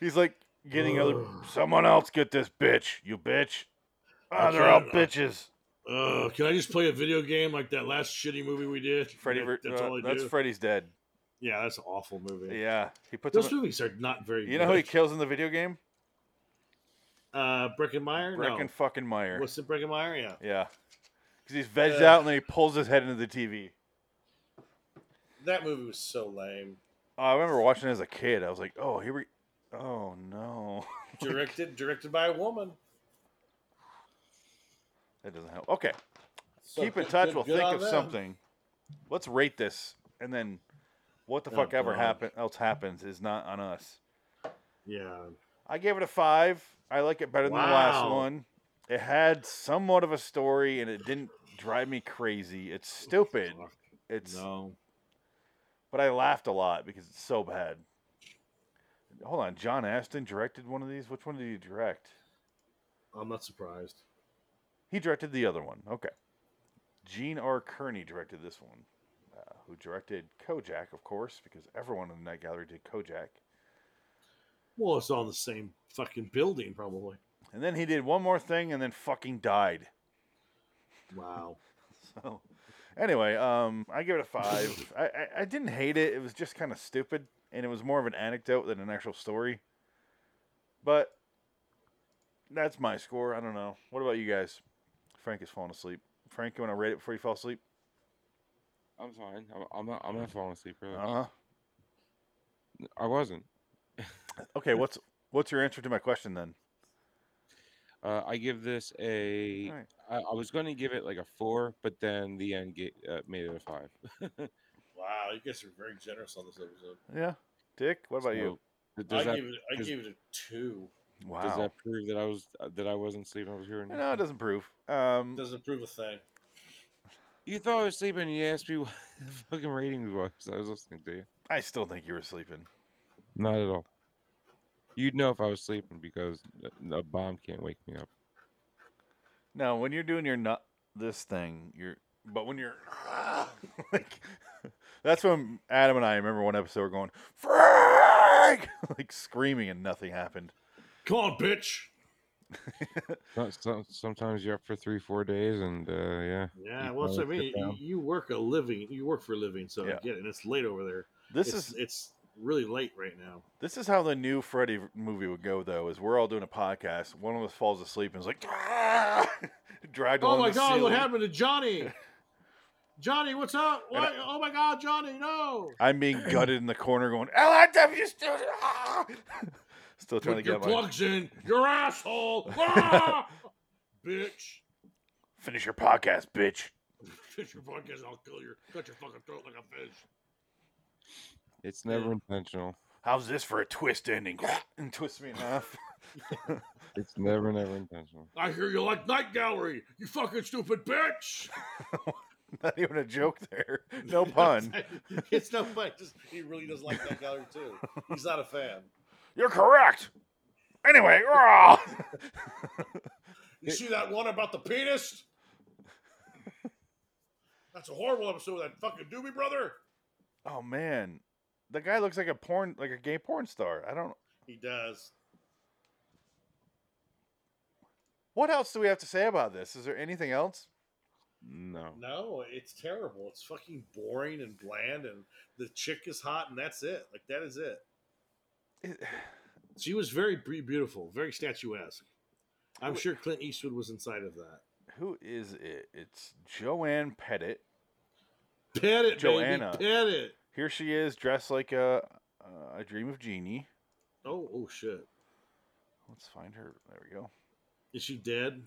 Speaker 2: He's like getting other. Someone else get this bitch, you bitch. Ah,
Speaker 3: I
Speaker 2: they're all
Speaker 3: can't-
Speaker 2: bitches.
Speaker 3: Uh, can I just play a video game like that last shitty movie we did?
Speaker 2: Freddy,
Speaker 3: That-
Speaker 2: ver-
Speaker 3: that's
Speaker 2: uh,
Speaker 3: all I
Speaker 2: that's
Speaker 3: do.
Speaker 2: Freddy's dead.
Speaker 3: yeah, that's an awful movie.
Speaker 2: Yeah, he puts.
Speaker 3: Those
Speaker 2: him
Speaker 3: movies are not very.
Speaker 2: in- you know who he
Speaker 3: good.
Speaker 2: kills in the video game?
Speaker 3: Uh, Breckenmeyer.
Speaker 2: Brecken
Speaker 3: No.
Speaker 2: fucking Meyer.
Speaker 3: What's the Breckenmeyer? Yeah.
Speaker 2: Yeah, because he's vegged
Speaker 3: Uh,
Speaker 2: out and then he pulls his head into the TV.
Speaker 3: That movie was so (laughs) lame.
Speaker 2: Oh, I remember watching it as a kid. I was like, oh, here we. Oh no, (laughs)
Speaker 3: directed directed by a woman.
Speaker 2: that doesn't help. Okay,
Speaker 3: So
Speaker 2: keep in
Speaker 3: good-
Speaker 2: touch.
Speaker 3: good-
Speaker 2: we'll
Speaker 3: good
Speaker 2: think
Speaker 3: on
Speaker 2: of
Speaker 3: them.
Speaker 2: something. Let's rate this, and then what the
Speaker 3: Oh,
Speaker 2: fuck ever
Speaker 3: God.
Speaker 2: happen else happens is not on us.
Speaker 3: Yeah,
Speaker 2: I gave it a five. I like it better than the last
Speaker 3: Wow.
Speaker 2: one. It had somewhat of a story, and it didn't drive me crazy. It's stupid.
Speaker 3: Oh, Fuck,
Speaker 2: It's
Speaker 3: no.
Speaker 2: but I laughed a lot because it's so bad. Hold on, John Aston directed one of these. Which one did he direct?
Speaker 3: I'm not surprised.
Speaker 2: He directed the other one. Okay. Gene R. Kearney directed this one, uh, who directed Kojak, of course, because everyone in the Night Gallery did Kojak.
Speaker 3: Well, it's all in the same fucking building, probably.
Speaker 2: And then he did one more thing and then fucking died. (laughs)
Speaker 3: Wow.
Speaker 2: So, anyway, um, I give it a five. I, I, I didn't hate it. It was just kind of stupid, and it was more of an anecdote than an actual story. But that's my score. I don't know. What about you guys? Frank is falling asleep. Frank, you want to rate it before you fall asleep?
Speaker 1: I'm fine. I'm, I'm not. I'm not falling asleep. Really.
Speaker 2: Uh huh.
Speaker 1: I wasn't.
Speaker 2: Okay. What's what's your answer to my question then?
Speaker 1: Uh, I give this a.
Speaker 2: Alright.
Speaker 1: I, I was going to give it like a four, but then the end ga- uh, made it a five.
Speaker 3: (laughs) Wow, you guys are very generous on this episode.
Speaker 2: Yeah. Dick, what about you?
Speaker 1: So, th- Does
Speaker 3: I
Speaker 1: that
Speaker 3: give it I
Speaker 1: does-
Speaker 3: give it a two.
Speaker 2: Wow.
Speaker 1: does that prove that I was uh, that I wasn't sleeping? I was hearing.
Speaker 2: No, it doesn't prove. Um,
Speaker 3: Doesn't prove a thing.
Speaker 1: You thought I was sleeping. You asked me (laughs) what the fucking rating was. I was listening to you.
Speaker 2: I still think you were sleeping.
Speaker 1: Not at all. You'd know if I was sleeping because a- a bomb can't wake me up.
Speaker 2: No, when you're doing your nut this thing, you're but when you're (laughs) like (laughs) that's when Adam and I remember one episode were going Frank (laughs) like screaming and nothing happened.
Speaker 3: Come on, bitch.
Speaker 1: Some- some- Sometimes you're up for three, four days, and uh, yeah.
Speaker 3: Yeah,
Speaker 1: You
Speaker 3: well, so
Speaker 1: probably
Speaker 3: I
Speaker 1: sit
Speaker 3: mean, you,
Speaker 1: down.
Speaker 3: you work a living. You work for a living, so
Speaker 2: Yeah.
Speaker 3: I get it. And it's late over there.
Speaker 2: This
Speaker 3: it's,
Speaker 2: is
Speaker 3: it's really late right now.
Speaker 2: this is how the new Freddy movie would go though, is we're all doing a podcast, one of us falls asleep and is like (laughs) dragged
Speaker 3: Oh
Speaker 2: along
Speaker 3: my
Speaker 2: the
Speaker 3: god, what
Speaker 2: ceiling.
Speaker 3: happened
Speaker 2: (laughs)
Speaker 3: to Johnny? Johnny, what's up?
Speaker 2: And
Speaker 3: What?
Speaker 2: I-
Speaker 3: oh my god, Johnny, no!
Speaker 2: I'm being gutted in the corner going LIW studio ah. (laughs) Still trying
Speaker 3: Put
Speaker 2: to
Speaker 3: your
Speaker 2: get my
Speaker 3: plugs in,
Speaker 2: (laughs)
Speaker 3: your asshole, Ah! bitch.
Speaker 2: finish your podcast, bitch.
Speaker 3: Fish your podcast, I'll kill your cut your fucking throat like a fish.
Speaker 1: It's never intentional.
Speaker 2: How's this for a twist ending? (laughs) and twist me in half. (laughs)
Speaker 1: It's never, never intentional.
Speaker 3: I hear you like Night Gallery, you fucking stupid bitch.
Speaker 2: Not even a joke there. No pun.
Speaker 3: (laughs) it's no fun. Just, he really does like Night Gallery too. He's not a fan.
Speaker 2: (laughs) You're correct. Anyway, (laughs) ah. rah!
Speaker 3: You see that one about the penis? (laughs) That's a horrible episode of that fucking Doobie Brother.
Speaker 2: oh man, the guy looks like a porn, like a gay porn star. I don't.
Speaker 3: He does.
Speaker 2: What else do we have to say about this? Is there anything else?
Speaker 1: No.
Speaker 3: No, it's terrible. It's fucking boring and bland, and the chick is hot, and that's it. Like that is it. she was very be- beautiful, very statuesque. I'm sure Clint Eastwood was inside of that.
Speaker 2: Who is it? It's Joanne Pettit.
Speaker 3: Pet it,
Speaker 2: Joanna.
Speaker 3: baby. Pet it.
Speaker 2: Here she is, dressed like a uh, a dream of genie.
Speaker 3: Oh, oh shit.
Speaker 2: Let's find her. There we go.
Speaker 3: Is she dead?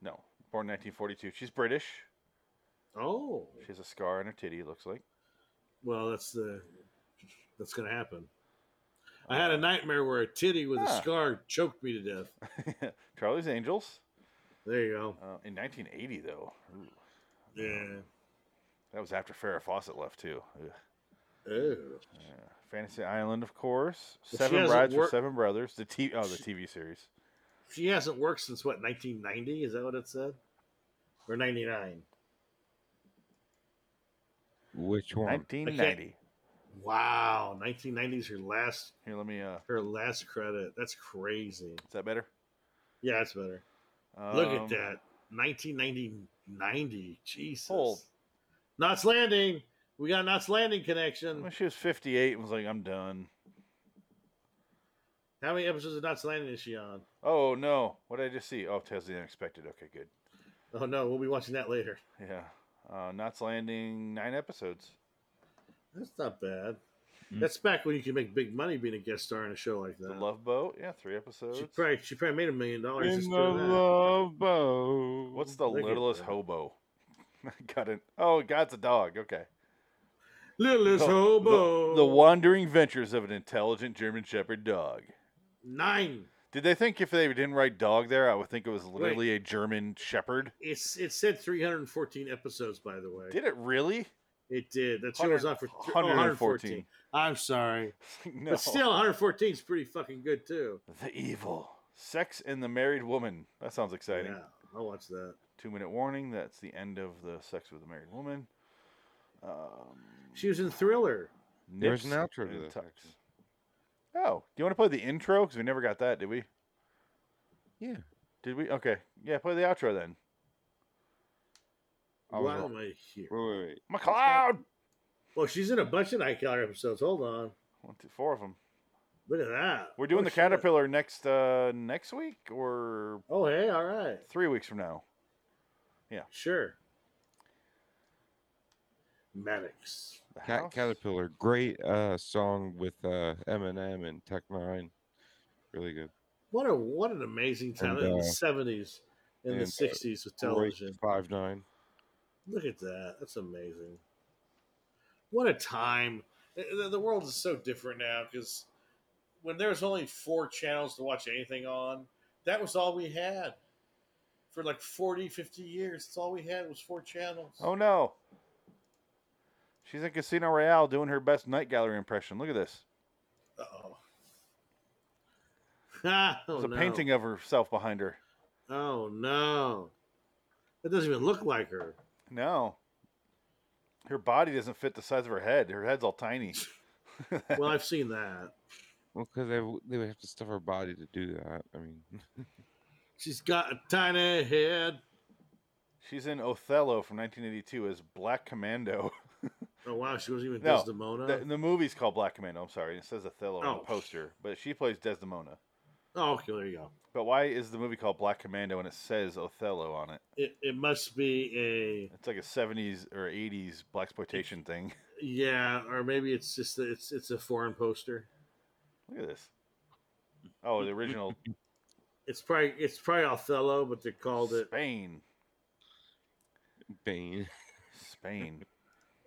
Speaker 2: No, born 1942. She's British.
Speaker 3: Oh,
Speaker 2: She has a scar on her titty. it Looks like. (laughs)
Speaker 3: well, that's the that's gonna happen. I had a nightmare where a titty with a
Speaker 2: Huh.
Speaker 3: scar choked me to death.
Speaker 2: Charlie's Angels.
Speaker 3: There you go.
Speaker 2: Uh, in 1980, though, Ooh, Oh,
Speaker 3: Yeah.
Speaker 2: that was after Farrah Fawcett left too. Ugh.
Speaker 3: Oh.
Speaker 2: Fantasy Island, of course.
Speaker 3: she
Speaker 2: Seven
Speaker 3: hasn't
Speaker 2: Brides for
Speaker 3: worked-
Speaker 2: Seven Brothers. The T. Oh, the TV series.
Speaker 3: She hasn't worked since what 1990? Is that what it said? Or 99?
Speaker 1: Which one?
Speaker 2: 1990.
Speaker 3: Wow, 1990 is her last
Speaker 2: Here, let me. uh
Speaker 3: her last credit. That's crazy.
Speaker 2: Is that better?
Speaker 3: Yeah, that's better. Look
Speaker 2: Um,
Speaker 3: at that. 1990 90. Jesus.
Speaker 2: Hold.
Speaker 3: Knots Landing. We got Knots Landing connection.
Speaker 2: When she was 58 and was like, I'm done.
Speaker 3: How many episodes of Knots Landing is she on?
Speaker 2: Oh, no. What did I just see? Oh, Tales of the Unexpected. Okay, good.
Speaker 3: Oh no, we'll be watching that later.
Speaker 2: Yeah. Uh, Knots Landing, nine episodes.
Speaker 3: That's not bad.
Speaker 1: Hmm.
Speaker 3: That's back when you can make big money being a guest star in a show like
Speaker 2: The
Speaker 3: that.
Speaker 2: Love Boat. Yeah, three episodes.
Speaker 3: She probably she probably made a million dollars
Speaker 1: In
Speaker 3: just
Speaker 1: the
Speaker 3: doing that.
Speaker 1: love boat.
Speaker 2: What's the
Speaker 3: Look at
Speaker 2: littlest
Speaker 3: that.
Speaker 2: hobo? (laughs) Got it. Oh, God's a dog. Okay.
Speaker 3: Littlest
Speaker 2: The-
Speaker 3: hobo.
Speaker 2: The, the wandering ventures of an intelligent German Shepherd dog.
Speaker 3: nine.
Speaker 2: Did they think if they didn't write dog there, I would think it was literally a German Shepherd?
Speaker 3: It's it said 314 episodes, by the way.
Speaker 2: Did it really?
Speaker 3: It did. That show was on for th- oh,
Speaker 2: 114.
Speaker 3: 114.
Speaker 2: (laughs)
Speaker 3: I'm sorry.
Speaker 2: no.
Speaker 3: But still, 114 is pretty fucking good too.
Speaker 2: The Evil. Sex and the Married Woman. That sounds exciting.
Speaker 3: Yeah, I'll watch that.
Speaker 2: Two minute warning. That's the end of the Sex with a Married Woman. Um,
Speaker 3: She was in Thriller.
Speaker 1: There's an
Speaker 2: Nips
Speaker 1: outro to
Speaker 2: and
Speaker 1: this,
Speaker 2: tucks. Oh, do you want to play the intro? Because we never got that, did we?
Speaker 1: Yeah.
Speaker 2: Did we? Okay. Yeah, play the outro then.
Speaker 1: I was
Speaker 3: Why
Speaker 1: wrong.
Speaker 3: am I here?
Speaker 1: Wait, wait, wait.
Speaker 2: McLeod!
Speaker 3: Well, she's in a bunch of Night Gallery episodes. Hold on.
Speaker 2: One, two, four of them.
Speaker 3: Look at that.
Speaker 2: We're doing
Speaker 3: Oh,
Speaker 2: the
Speaker 3: shit.
Speaker 2: caterpillar next uh next week or
Speaker 3: Oh, hey, all right.
Speaker 2: three weeks from now.
Speaker 3: Sure. Maddox.
Speaker 2: The
Speaker 1: Cat
Speaker 2: house?
Speaker 1: Caterpillar, great uh, song with uh, Eminem and Tech Nine, really good.
Speaker 3: What a what an amazing talent in
Speaker 1: uh,
Speaker 3: the 70s, in
Speaker 1: and,
Speaker 3: the
Speaker 1: uh,
Speaker 3: 60s with
Speaker 1: Great
Speaker 3: television.
Speaker 1: Five Nine.
Speaker 3: Look at that. That's amazing. What a time. The, the world is so different now because when there was only four channels to watch anything on, that was all we had. For like 40, 50 years, that's all we had was four channels.
Speaker 2: Oh no. She's in Casino Royale doing her best night gallery impression. Look at this.
Speaker 3: Uh-oh. (laughs) Ah, oh,
Speaker 2: There's a
Speaker 3: no.
Speaker 2: painting of herself behind her.
Speaker 3: Oh, no. That doesn't even look like her.
Speaker 2: No. Her body doesn't fit the size of her head. Her head's all tiny.
Speaker 3: Well, I've seen that.
Speaker 1: Well, because they, w- they would have to stuff her body to do that. I mean,
Speaker 3: (laughs)
Speaker 1: (laughs)
Speaker 3: She's got a tiny head.
Speaker 2: She's in Othello from 1982 as Black Commando. (laughs)
Speaker 3: Oh, wow. She wasn't even
Speaker 2: No,
Speaker 3: Desdemona.
Speaker 2: The, the movie's called Black Commando. I'm sorry. It says Othello on
Speaker 3: Oh.
Speaker 2: the poster, but she plays Desdemona.
Speaker 3: Oh, okay. There you go.
Speaker 2: But why is the movie called Black Commando and it says Othello on it?
Speaker 3: It, it must be
Speaker 2: It's like a 70s or 80s black exploitation thing. (laughs)
Speaker 3: a yeah, or maybe it's just that it's it's a foreign poster.
Speaker 2: Look at this. Oh, the original
Speaker 3: It's probably it's probably Othello, but they called it
Speaker 2: Spain.
Speaker 1: Bane.
Speaker 2: Spain.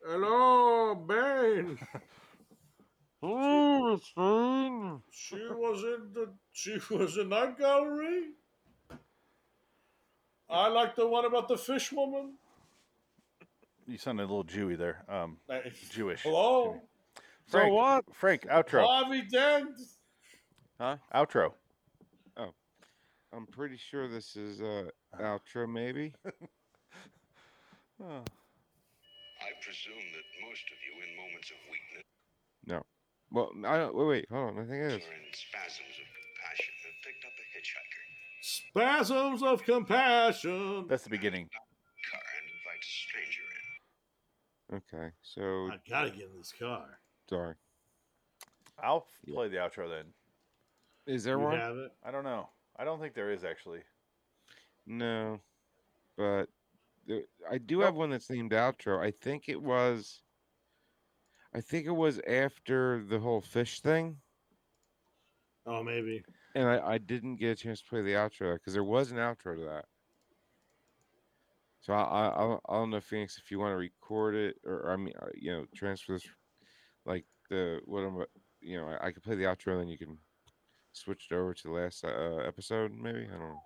Speaker 3: Hello Bane.
Speaker 1: Oh, it's Bane.
Speaker 3: she was in the she was in night gallery. I like the one about the fish woman.
Speaker 2: You sounded a little Jewy there. Um, Jewish.
Speaker 3: (laughs) Hello,
Speaker 2: Frank,
Speaker 1: what?
Speaker 2: Frank, outro.
Speaker 3: Harvey Dent.
Speaker 2: Outro.
Speaker 1: I'm pretty sure this is uh, outro, maybe.
Speaker 6: I presume that most of you, in moments of weakness,
Speaker 1: No. Well, I don't. Wait, wait, hold on. I think it is.
Speaker 6: or in spasms of compassion and picked up a hitchhiker
Speaker 3: Spasms of compassion.
Speaker 2: That's the beginning.
Speaker 6: car and invites a stranger in.
Speaker 1: Okay, so
Speaker 3: I gotta get in this car.
Speaker 1: sorry.
Speaker 2: I'll f-
Speaker 1: Yeah.
Speaker 2: play the outro then.
Speaker 1: Is there
Speaker 3: You
Speaker 1: one?
Speaker 3: have it.
Speaker 2: I don't know. I don't think there is actually.
Speaker 1: No, but there, I do
Speaker 2: Nope.
Speaker 1: have one that's named outro. I think it was. I think it was after the whole fish thing,
Speaker 3: Oh, maybe.
Speaker 1: and I, I didn't get a chance to play the outro because there was an outro to that. So I I, I, I don't know, Phoenix, if you want to record it or I mean, uh, you know, transfer this, like the what I'm, uh, you know, I, I could play the outro, and then you can switch it over to the last uh, episode, maybe. I don't know.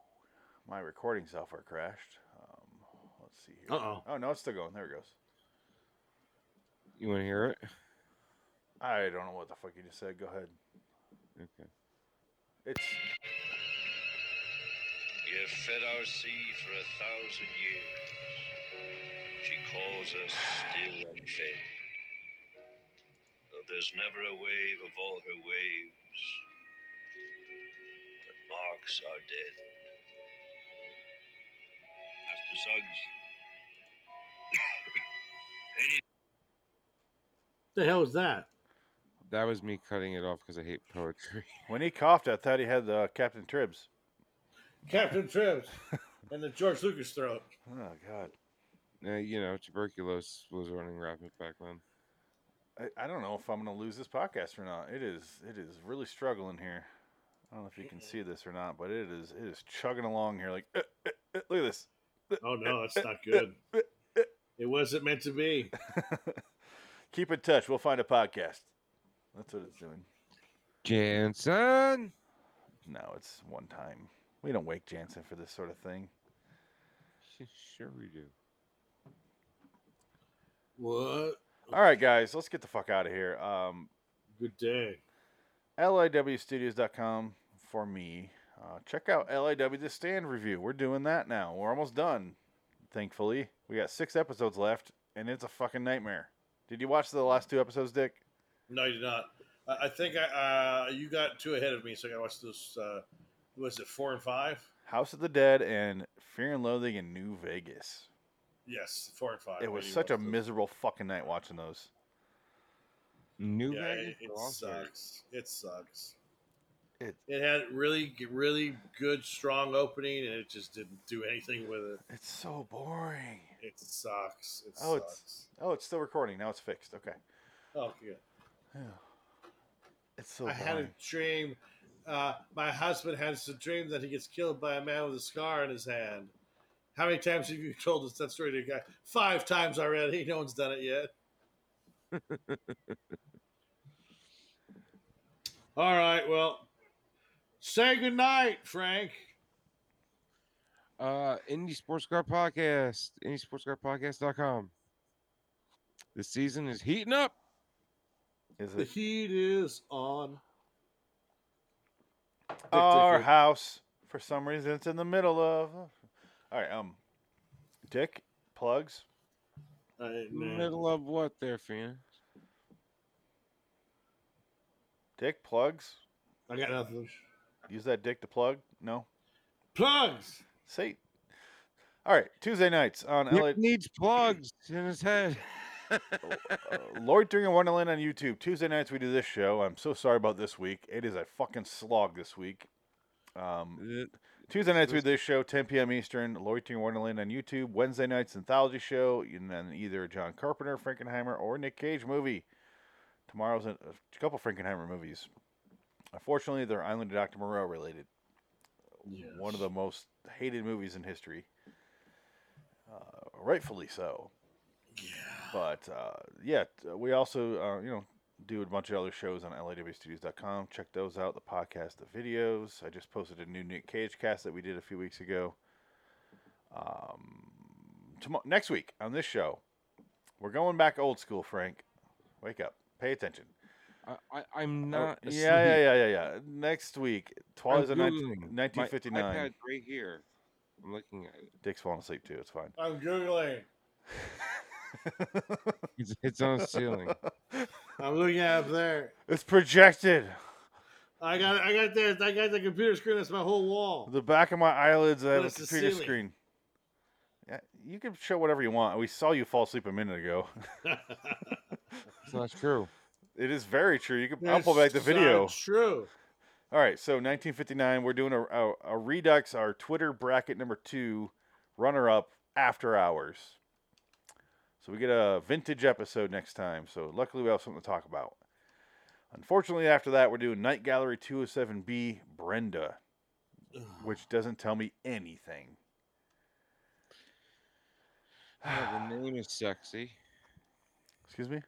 Speaker 2: My recording software crashed. Um, let's see here.
Speaker 3: Uh-oh.
Speaker 2: Oh no, it's still going. There it goes.
Speaker 1: You want to hear it?
Speaker 2: I don't know what the fuck you just said. Go ahead.
Speaker 1: Okay.
Speaker 2: It's
Speaker 6: You fed our sea for a thousand years. She calls us still unfed. Though there's never a wave of all her waves that marks our dead. Master Suggs,
Speaker 3: The hell is that?
Speaker 1: That was me cutting it off because I hate poetry. (laughs)
Speaker 2: when he coughed. I thought he had the Captain Tribs. (laughs)
Speaker 3: Captain Trips and the George Lucas throat.
Speaker 2: Oh God.
Speaker 1: Uh, you know, tuberculosis was running rapid back then.
Speaker 2: I, I don't know if I'm gonna lose this podcast or not. It is it is really struggling here. I don't know if you can see this or not, but it is it is chugging along here. Like "Eh, eh, eh," look at this.
Speaker 3: Oh no,
Speaker 2: (laughs)
Speaker 3: that's not good. It wasn't meant to be.
Speaker 2: (laughs) Keep in touch. We'll find a podcast. That's what it's doing.
Speaker 1: Jansen,
Speaker 2: No, it's one time. We don't wake Jansen for this sort of thing.
Speaker 1: sure we do.
Speaker 3: What?
Speaker 2: All right, guys, let's get the fuck out of here. Um,
Speaker 3: Good day.
Speaker 2: liwstudios.com for me. Uh, check out LIW The Stand review. We're doing that now. We're almost done, thankfully. We got six episodes left, and it's a fucking nightmare. Did you watch the last two episodes, Dick?
Speaker 3: No, you did not. I, I think I uh, you got too ahead of me, so I got to watch those. Uh, was it four and five?
Speaker 2: House of the Dead and Fear and Loathing in New Vegas.
Speaker 3: Yes, four and five.
Speaker 2: It
Speaker 3: I
Speaker 2: was
Speaker 3: really
Speaker 2: such a
Speaker 3: watched those.
Speaker 2: miserable fucking night watching those.
Speaker 1: New
Speaker 3: Yeah,
Speaker 1: Vegas
Speaker 3: it, it
Speaker 2: Oh,
Speaker 1: Golf Area.
Speaker 3: sucks. It sucks.
Speaker 2: It-
Speaker 3: it had really, really good, strong opening, and it just didn't do anything with it.
Speaker 2: It's so boring.
Speaker 3: It sucks. It
Speaker 2: Oh, it's-
Speaker 3: sucks.
Speaker 2: Oh, it's still recording. Now it's fixed. Okay. (sighs)
Speaker 3: Oh, yeah.
Speaker 2: It's so
Speaker 3: I
Speaker 2: boring.
Speaker 3: had a dream. Uh, my husband has a dream that he gets killed by a man with a scar in his hand. How many times have you (laughs) told us that story to a guy? Five times already. No one's done it yet. All right. Well, say goodnight, Frank.
Speaker 1: Uh, Indie Sports Car Podcast, indiesportscarpodcast.com. The season is heating up.
Speaker 2: Is
Speaker 3: The
Speaker 2: it
Speaker 3: heat is on.
Speaker 2: our house? For some reason, it's in the middle of. All right. Um, Dick plugs.
Speaker 3: Uh,
Speaker 1: Middle of what there, Phoenix?
Speaker 2: Dick plugs.
Speaker 3: I got nothing.
Speaker 2: Use that dick to plug. No.
Speaker 3: Plugs.
Speaker 2: Say. All right. Tuesday nights on LA.
Speaker 1: Nick needs plugs in his head.
Speaker 2: uh, Lord During Wonderland on YouTube. Tuesday nights we do this show. I'm so sorry about this week. It is a fucking slog this week. Um, Tuesday nights we do this show, 10 p.m. Eastern. Lord During Wonderland on YouTube. Wednesday nights Anthology Show, and then either John Carpenter, Frankenheimer, or Nick Cage movie. Tomorrow's a, a couple Frankenheimer movies. Unfortunately, they're Island of Dr. Moreau related. One of the most hated movies in history. Uh, rightfully so but uh, yeah, t- we also uh, you know do a bunch of other shows on lawstudios.com. Check those out. The podcast, the videos. I just posted a new Nick Cage cast that we did a few weeks ago. Um, tomorrow, next week on this show, we're going back old school. Frank, wake up. Pay attention.
Speaker 1: I, I, I'm
Speaker 2: Oh,
Speaker 1: not.
Speaker 2: yeah,
Speaker 1: asleep.
Speaker 2: yeah, yeah, yeah, yeah. Next week,
Speaker 1: I'm
Speaker 2: Twilight's of nineteen-
Speaker 1: Googling. My
Speaker 2: 1959.
Speaker 1: iPad right here. I'm looking at it.
Speaker 2: Dick's falling asleep too. It's fine.
Speaker 3: I'm Googling.
Speaker 1: It's, it's on the ceiling.
Speaker 3: I'm looking at up there.
Speaker 2: It's projected.
Speaker 3: I got I got there. I got the computer screen. That's my whole wall.
Speaker 2: The back of my eyelids, I have
Speaker 3: That's
Speaker 2: a
Speaker 3: the
Speaker 2: computer
Speaker 3: ceiling.
Speaker 2: screen. Yeah, you can show whatever you want. We saw you fall asleep a minute ago. (laughs)
Speaker 3: (laughs)
Speaker 1: It's not true.
Speaker 2: It is very true. You can. I'll pull back
Speaker 3: That's
Speaker 2: the video.
Speaker 3: not True.
Speaker 2: All right, so 1959, we're doing a, a, a Redux, our Twitter bracket number two, runner up after hours. So we get a vintage episode next time. So luckily we have something to talk about. Unfortunately, after that, we're doing Night Gallery 207B Brenda, which doesn't tell me anything.
Speaker 1: (sighs) Yeah,
Speaker 3: (sighs)
Speaker 1: the name is sexy.
Speaker 2: Excuse me?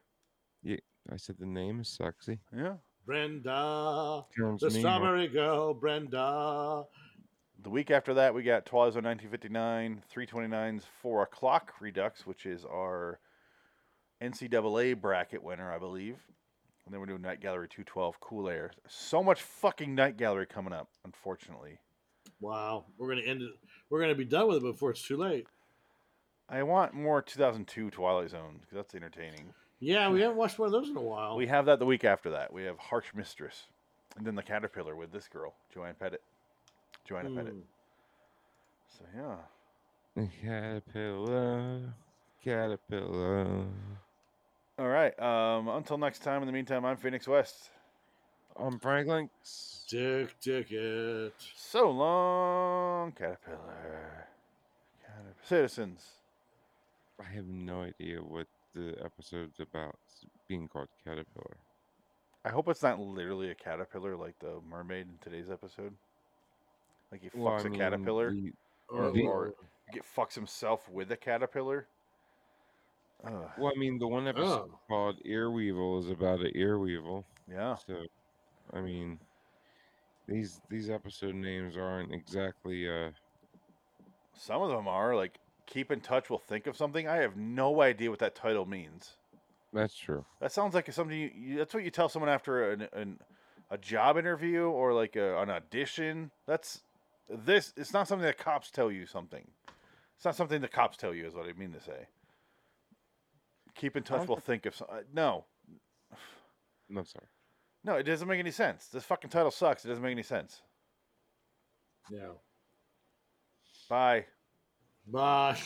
Speaker 1: I said the name is sexy.
Speaker 2: Yeah.
Speaker 3: Brenda,
Speaker 1: Turns
Speaker 3: the
Speaker 1: me on.
Speaker 3: strawberry girl. Brenda.
Speaker 2: The week after that, we got Twilight Zone 1959, 329's 4 o'clock Redux, which is our NCAA bracket winner, I believe. And then we're doing Night Gallery 212, Cool Air. So much fucking Night Gallery coming up, unfortunately.
Speaker 3: Wow. We're gonna end it. We're gonna be done with it before it's too late.
Speaker 2: I want more 2002 Twilight Zone because that's entertaining.
Speaker 3: Yeah, we haven't watched one of those in a while.
Speaker 2: We have that the week after that. We have Harsh Mistress. And then The Caterpillar with this girl, Joanna Pettit. Joanna
Speaker 1: Hmm.
Speaker 2: Pettit.
Speaker 3: Mm.
Speaker 2: So, yeah.
Speaker 1: Caterpillar. Caterpillar.
Speaker 2: All right. Um, until next time, in the meantime, I'm Phoenix West.
Speaker 1: I'm Franklin.
Speaker 3: Dick ticket.
Speaker 2: So long, caterpillar. Caterp- Citizens.
Speaker 1: I have no idea what the episode's about. It's being called Caterpillar.
Speaker 2: I hope it's not literally a caterpillar like the mermaid in today's episode. Like he fucks
Speaker 1: Well, I
Speaker 2: a
Speaker 1: mean,
Speaker 2: caterpillar,
Speaker 1: the-
Speaker 2: or,
Speaker 1: the-
Speaker 2: or get fucks himself with a caterpillar. Ugh,
Speaker 1: well, I mean, the one episode
Speaker 3: Oh.
Speaker 1: called Earweevil is about an earweevil.
Speaker 2: yeah,
Speaker 1: So, I mean, these these episode names aren't exactly. uh
Speaker 2: some of them are like keep in touch. We'll think of something. I have no idea what that title means.
Speaker 1: That's true.
Speaker 2: That sounds like something. You, you, that's what you tell someone after an, an a job interview or like a, an audition. That's this. It's not something that cops tell you. Something. It's not something the cops tell you. Is what I mean to say. Keep in touch.
Speaker 1: don't
Speaker 2: We'll think of some. uh, No,
Speaker 1: No, I'm sorry.
Speaker 2: no, it doesn't make any sense. This fucking title sucks. It doesn't make any sense.
Speaker 3: Yeah.
Speaker 2: Bye.
Speaker 3: Bye.